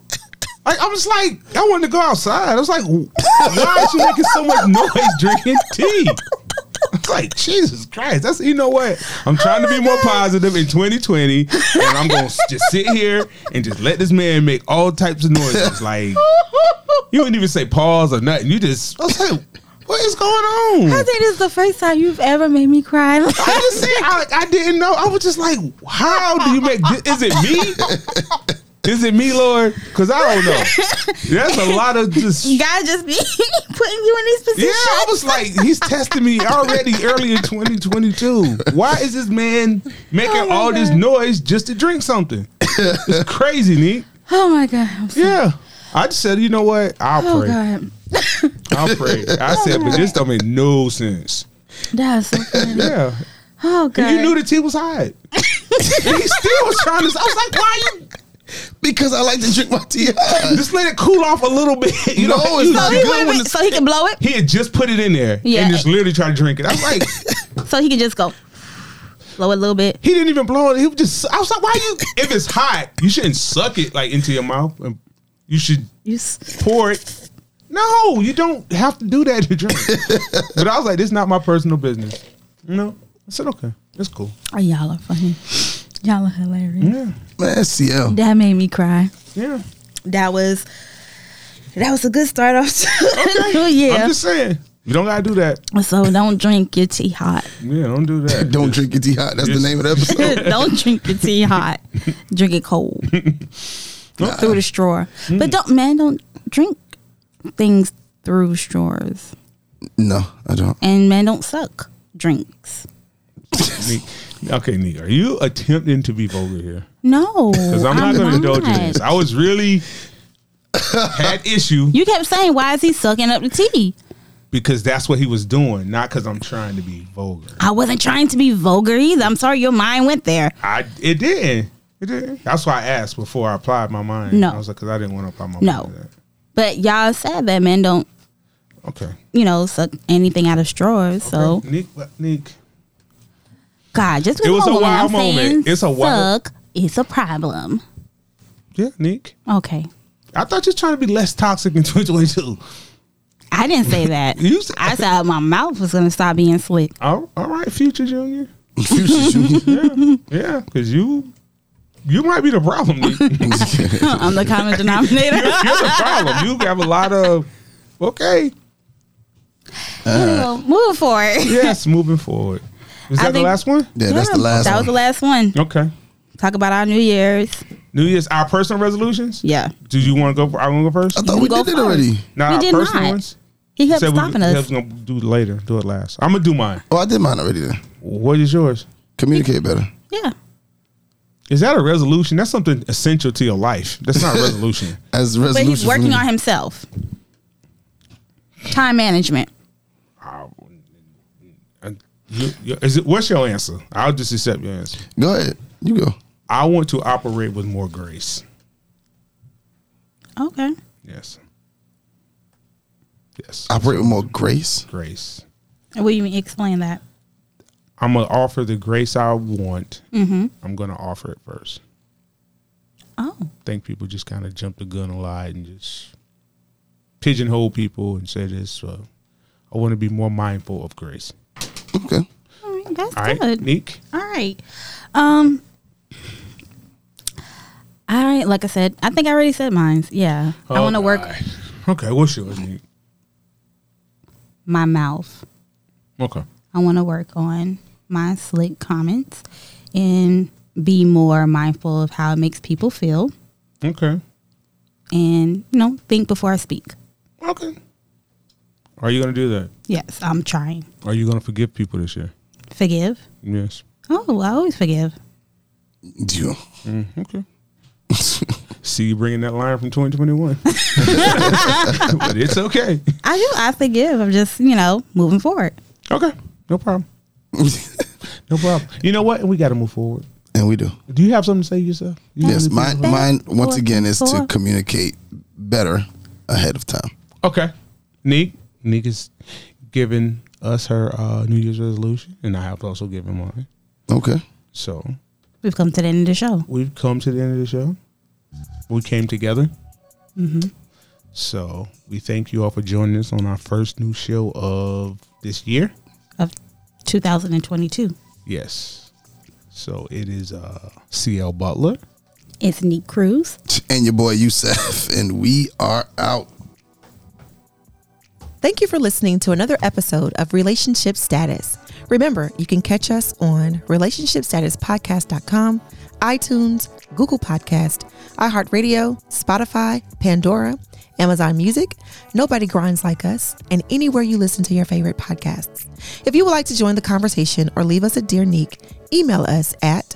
Like, I was like, I wanted to go outside. I was like, why is she making so much noise drinking tea? I was like, Jesus Christ. That's you know what? I'm trying to be more positive in 2020, and I'm gonna s- just sit here and just let this man make all types of noises. Like you wouldn't even say pause or nothing. You just I was like, what is going
I
on?
think this is the first time you've ever made me cry. Like,
I just said I, I didn't know. I was just like, how do you make? thi- Is it me? Is it me, Lord? Because I don't know. That's a lot of just
God just be putting you in these
Yeah,
positions.
I was like, he's testing me already early in 2022. Why is this man making
Oh my
all this
God.
noise just to drink something? it's crazy, neat.
oh my God. I'm so-
Yeah. I just said, you know what? I'll
Oh
pray.
God.
I'll pray. I said, but this don't make no sense.
That was so funny.
Yeah.
Oh God.
And you knew the tea was hot. and he still was trying to. I was like, why you
Because I like to drink my tea hot.
just let it cool off a little bit? You know,
No,
you
it's not
just-
so, he
good
would've
when
been-
the-
so he could blow it.
he had just put it in there
Yeah.
and just literally tried to drink it. I was like,
So he could just go blow it a little bit.
He didn't even blow it. He was just. I was like, why you? If it's hot, you shouldn't suck it like into your mouth, and you should
You s-
pour it. No, you don't have to do that to drink. but I was like, this is not my personal business. No, I said okay, it's cool.
oh, y'all are funny. Y'all are hilarious.
Yeah,
Man, CL.
Mm. That made me cry.
yeah.
That was that was a good start off. to
I'm
Oh, yeah.
just saying, you don't gotta do that.
So don't drink your tea hot.
Yeah, don't do that.
Don't drink your tea hot. That's the name of the episode.
don't drink your tea hot. Drink it cold Mm. through the straw. But don't, man, don't drink things through straws.
No, I don't.
And man, don't suck drinks.
Neek. Okay, Nick, are you attempting to be vulgar here?
No,
Because I'm, not going to indulge in
not.
this. I was really had issue
You kept saying, "Why is he sucking up the tea?"
because that's what he was doing, not because I'm trying to be vulgar.
I wasn't trying to be vulgar either. I'm sorry, your mind went there.
I it didn't. It didn't. That's why I asked before I applied my mind.
No.
I was like, because I didn't want to apply my
No.
mind. to that.
But y'all said that men don't,
Okay.
you know, suck anything out of straws. So
Nick, Nick.
God, just
It was a
alone.
wild
I'm saying
moment. It's a wild-
suck. It's a problem.
Yeah, Nick.
Okay,
I thought you were trying to be less toxic in 2022.
I didn't say that.
You said-
I said my mouth was gonna stop being slick.
All, all right, future junior.
Future Junior.
Yeah, yeah, because you you might be the problem. Nick. You're
I'm the common denominator.
the problem. You have a lot of okay.
Well, Moving forward.
Yes, moving forward. Is
I
that the
think-
last one?
Yeah, that's the
Yeah,
last
That
one.
was the last one.
Okay.
Talk about our New Year's.
New Year's, our personal resolutions.
Yeah.
Do you want to go? I want to go first.
I thought
You
Oh, we
go
did it
first.
already.
Not
We
our
did
personal
not.
ones.
He kept
Said we-
stopping
we
us.
was gonna do it later. Do it last. I'm gonna do mine.
Oh, I did mine already then.
What is yours?
Communicate better.
Yeah.
Is that a resolution? That's something essential to your life. That's not a resolution.
As a
But
resolution.
he's
for
working
me.
on himself. Time management.
I- I- you- you- is it? What's your answer? I'll just accept your answer.
Go ahead. You go.
I want to operate with more grace.
Okay.
Yes. Yes.
Operate with more grace.
Grace.
Will you explain that?
I'm gonna offer the grace I want. I'm gonna offer it first.
Oh.
think people just kind of jump the gun a lot and just pigeonhole people and say this. Uh, I want to be more mindful of grace.
Okay.
All right. That's
All right,
good.
Neek.
All right. Um all right, like I said, I think I already said mine. Yeah. I
Oh,
want to work
God. Okay, what's yours, Neek?
my mouth.
Okay.
I want to work on my slick comments and be more mindful of how it makes people feel
Okay.
and, you know, think before I speak.
Okay. Are you gonna do that?
Yes, I'm trying.
Are you gonna forgive people this year?
Forgive.
Yes.
Oh, I always forgive.
You.
Okay. Mm, see you bringing that line from 2021. but it's okay.
I do. I forgive. I'm just, you know, moving forward.
Okay. No problem. No problem. You know what? We got to move forward.
and we do.
Do you have something to say yourself? You
Yes,
really
mine,
feel-
mine once
Four.
again is to
Four.
communicate better ahead of time.
Okay. Neek. Neek is giving us her uh, New Year's resolution, and I have also given mine.
Okay.
So
We've come to the end of the show.
we've come to the end of the show. We came together. So we thank you all for joining us on our first new show of this year.
of 2022.
Yes. So it is uh, CL Butler.
It's Neat Cruz.
And your boy Youssef, and we are out.
Thank you for listening to another episode of Relationship Status. Remember, you can catch us on relationshipstatuspodcast.com, iTunes, Google Podcast, iHeartRadio, Spotify, Pandora, Amazon Music, Nobody Grinds Like Us, and anywhere you listen to your favorite podcasts. If you would like to join the conversation or leave us a dear nick, email us at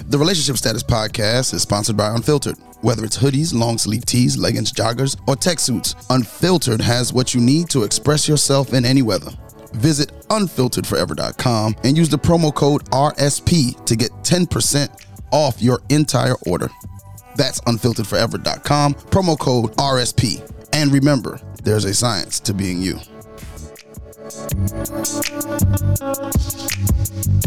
The Relationship Status Podcast is sponsored by Unfiltered. Whether it's hoodies, long sleeve tees, leggings, joggers, or tech suits, Unfiltered has what you need to express yourself in any weather. Visit unfilteredforever.com and use the promo code RSP to get 10% off your entire order. That's unfilteredforever.com, promo code RSP. And remember, there's a science to being you.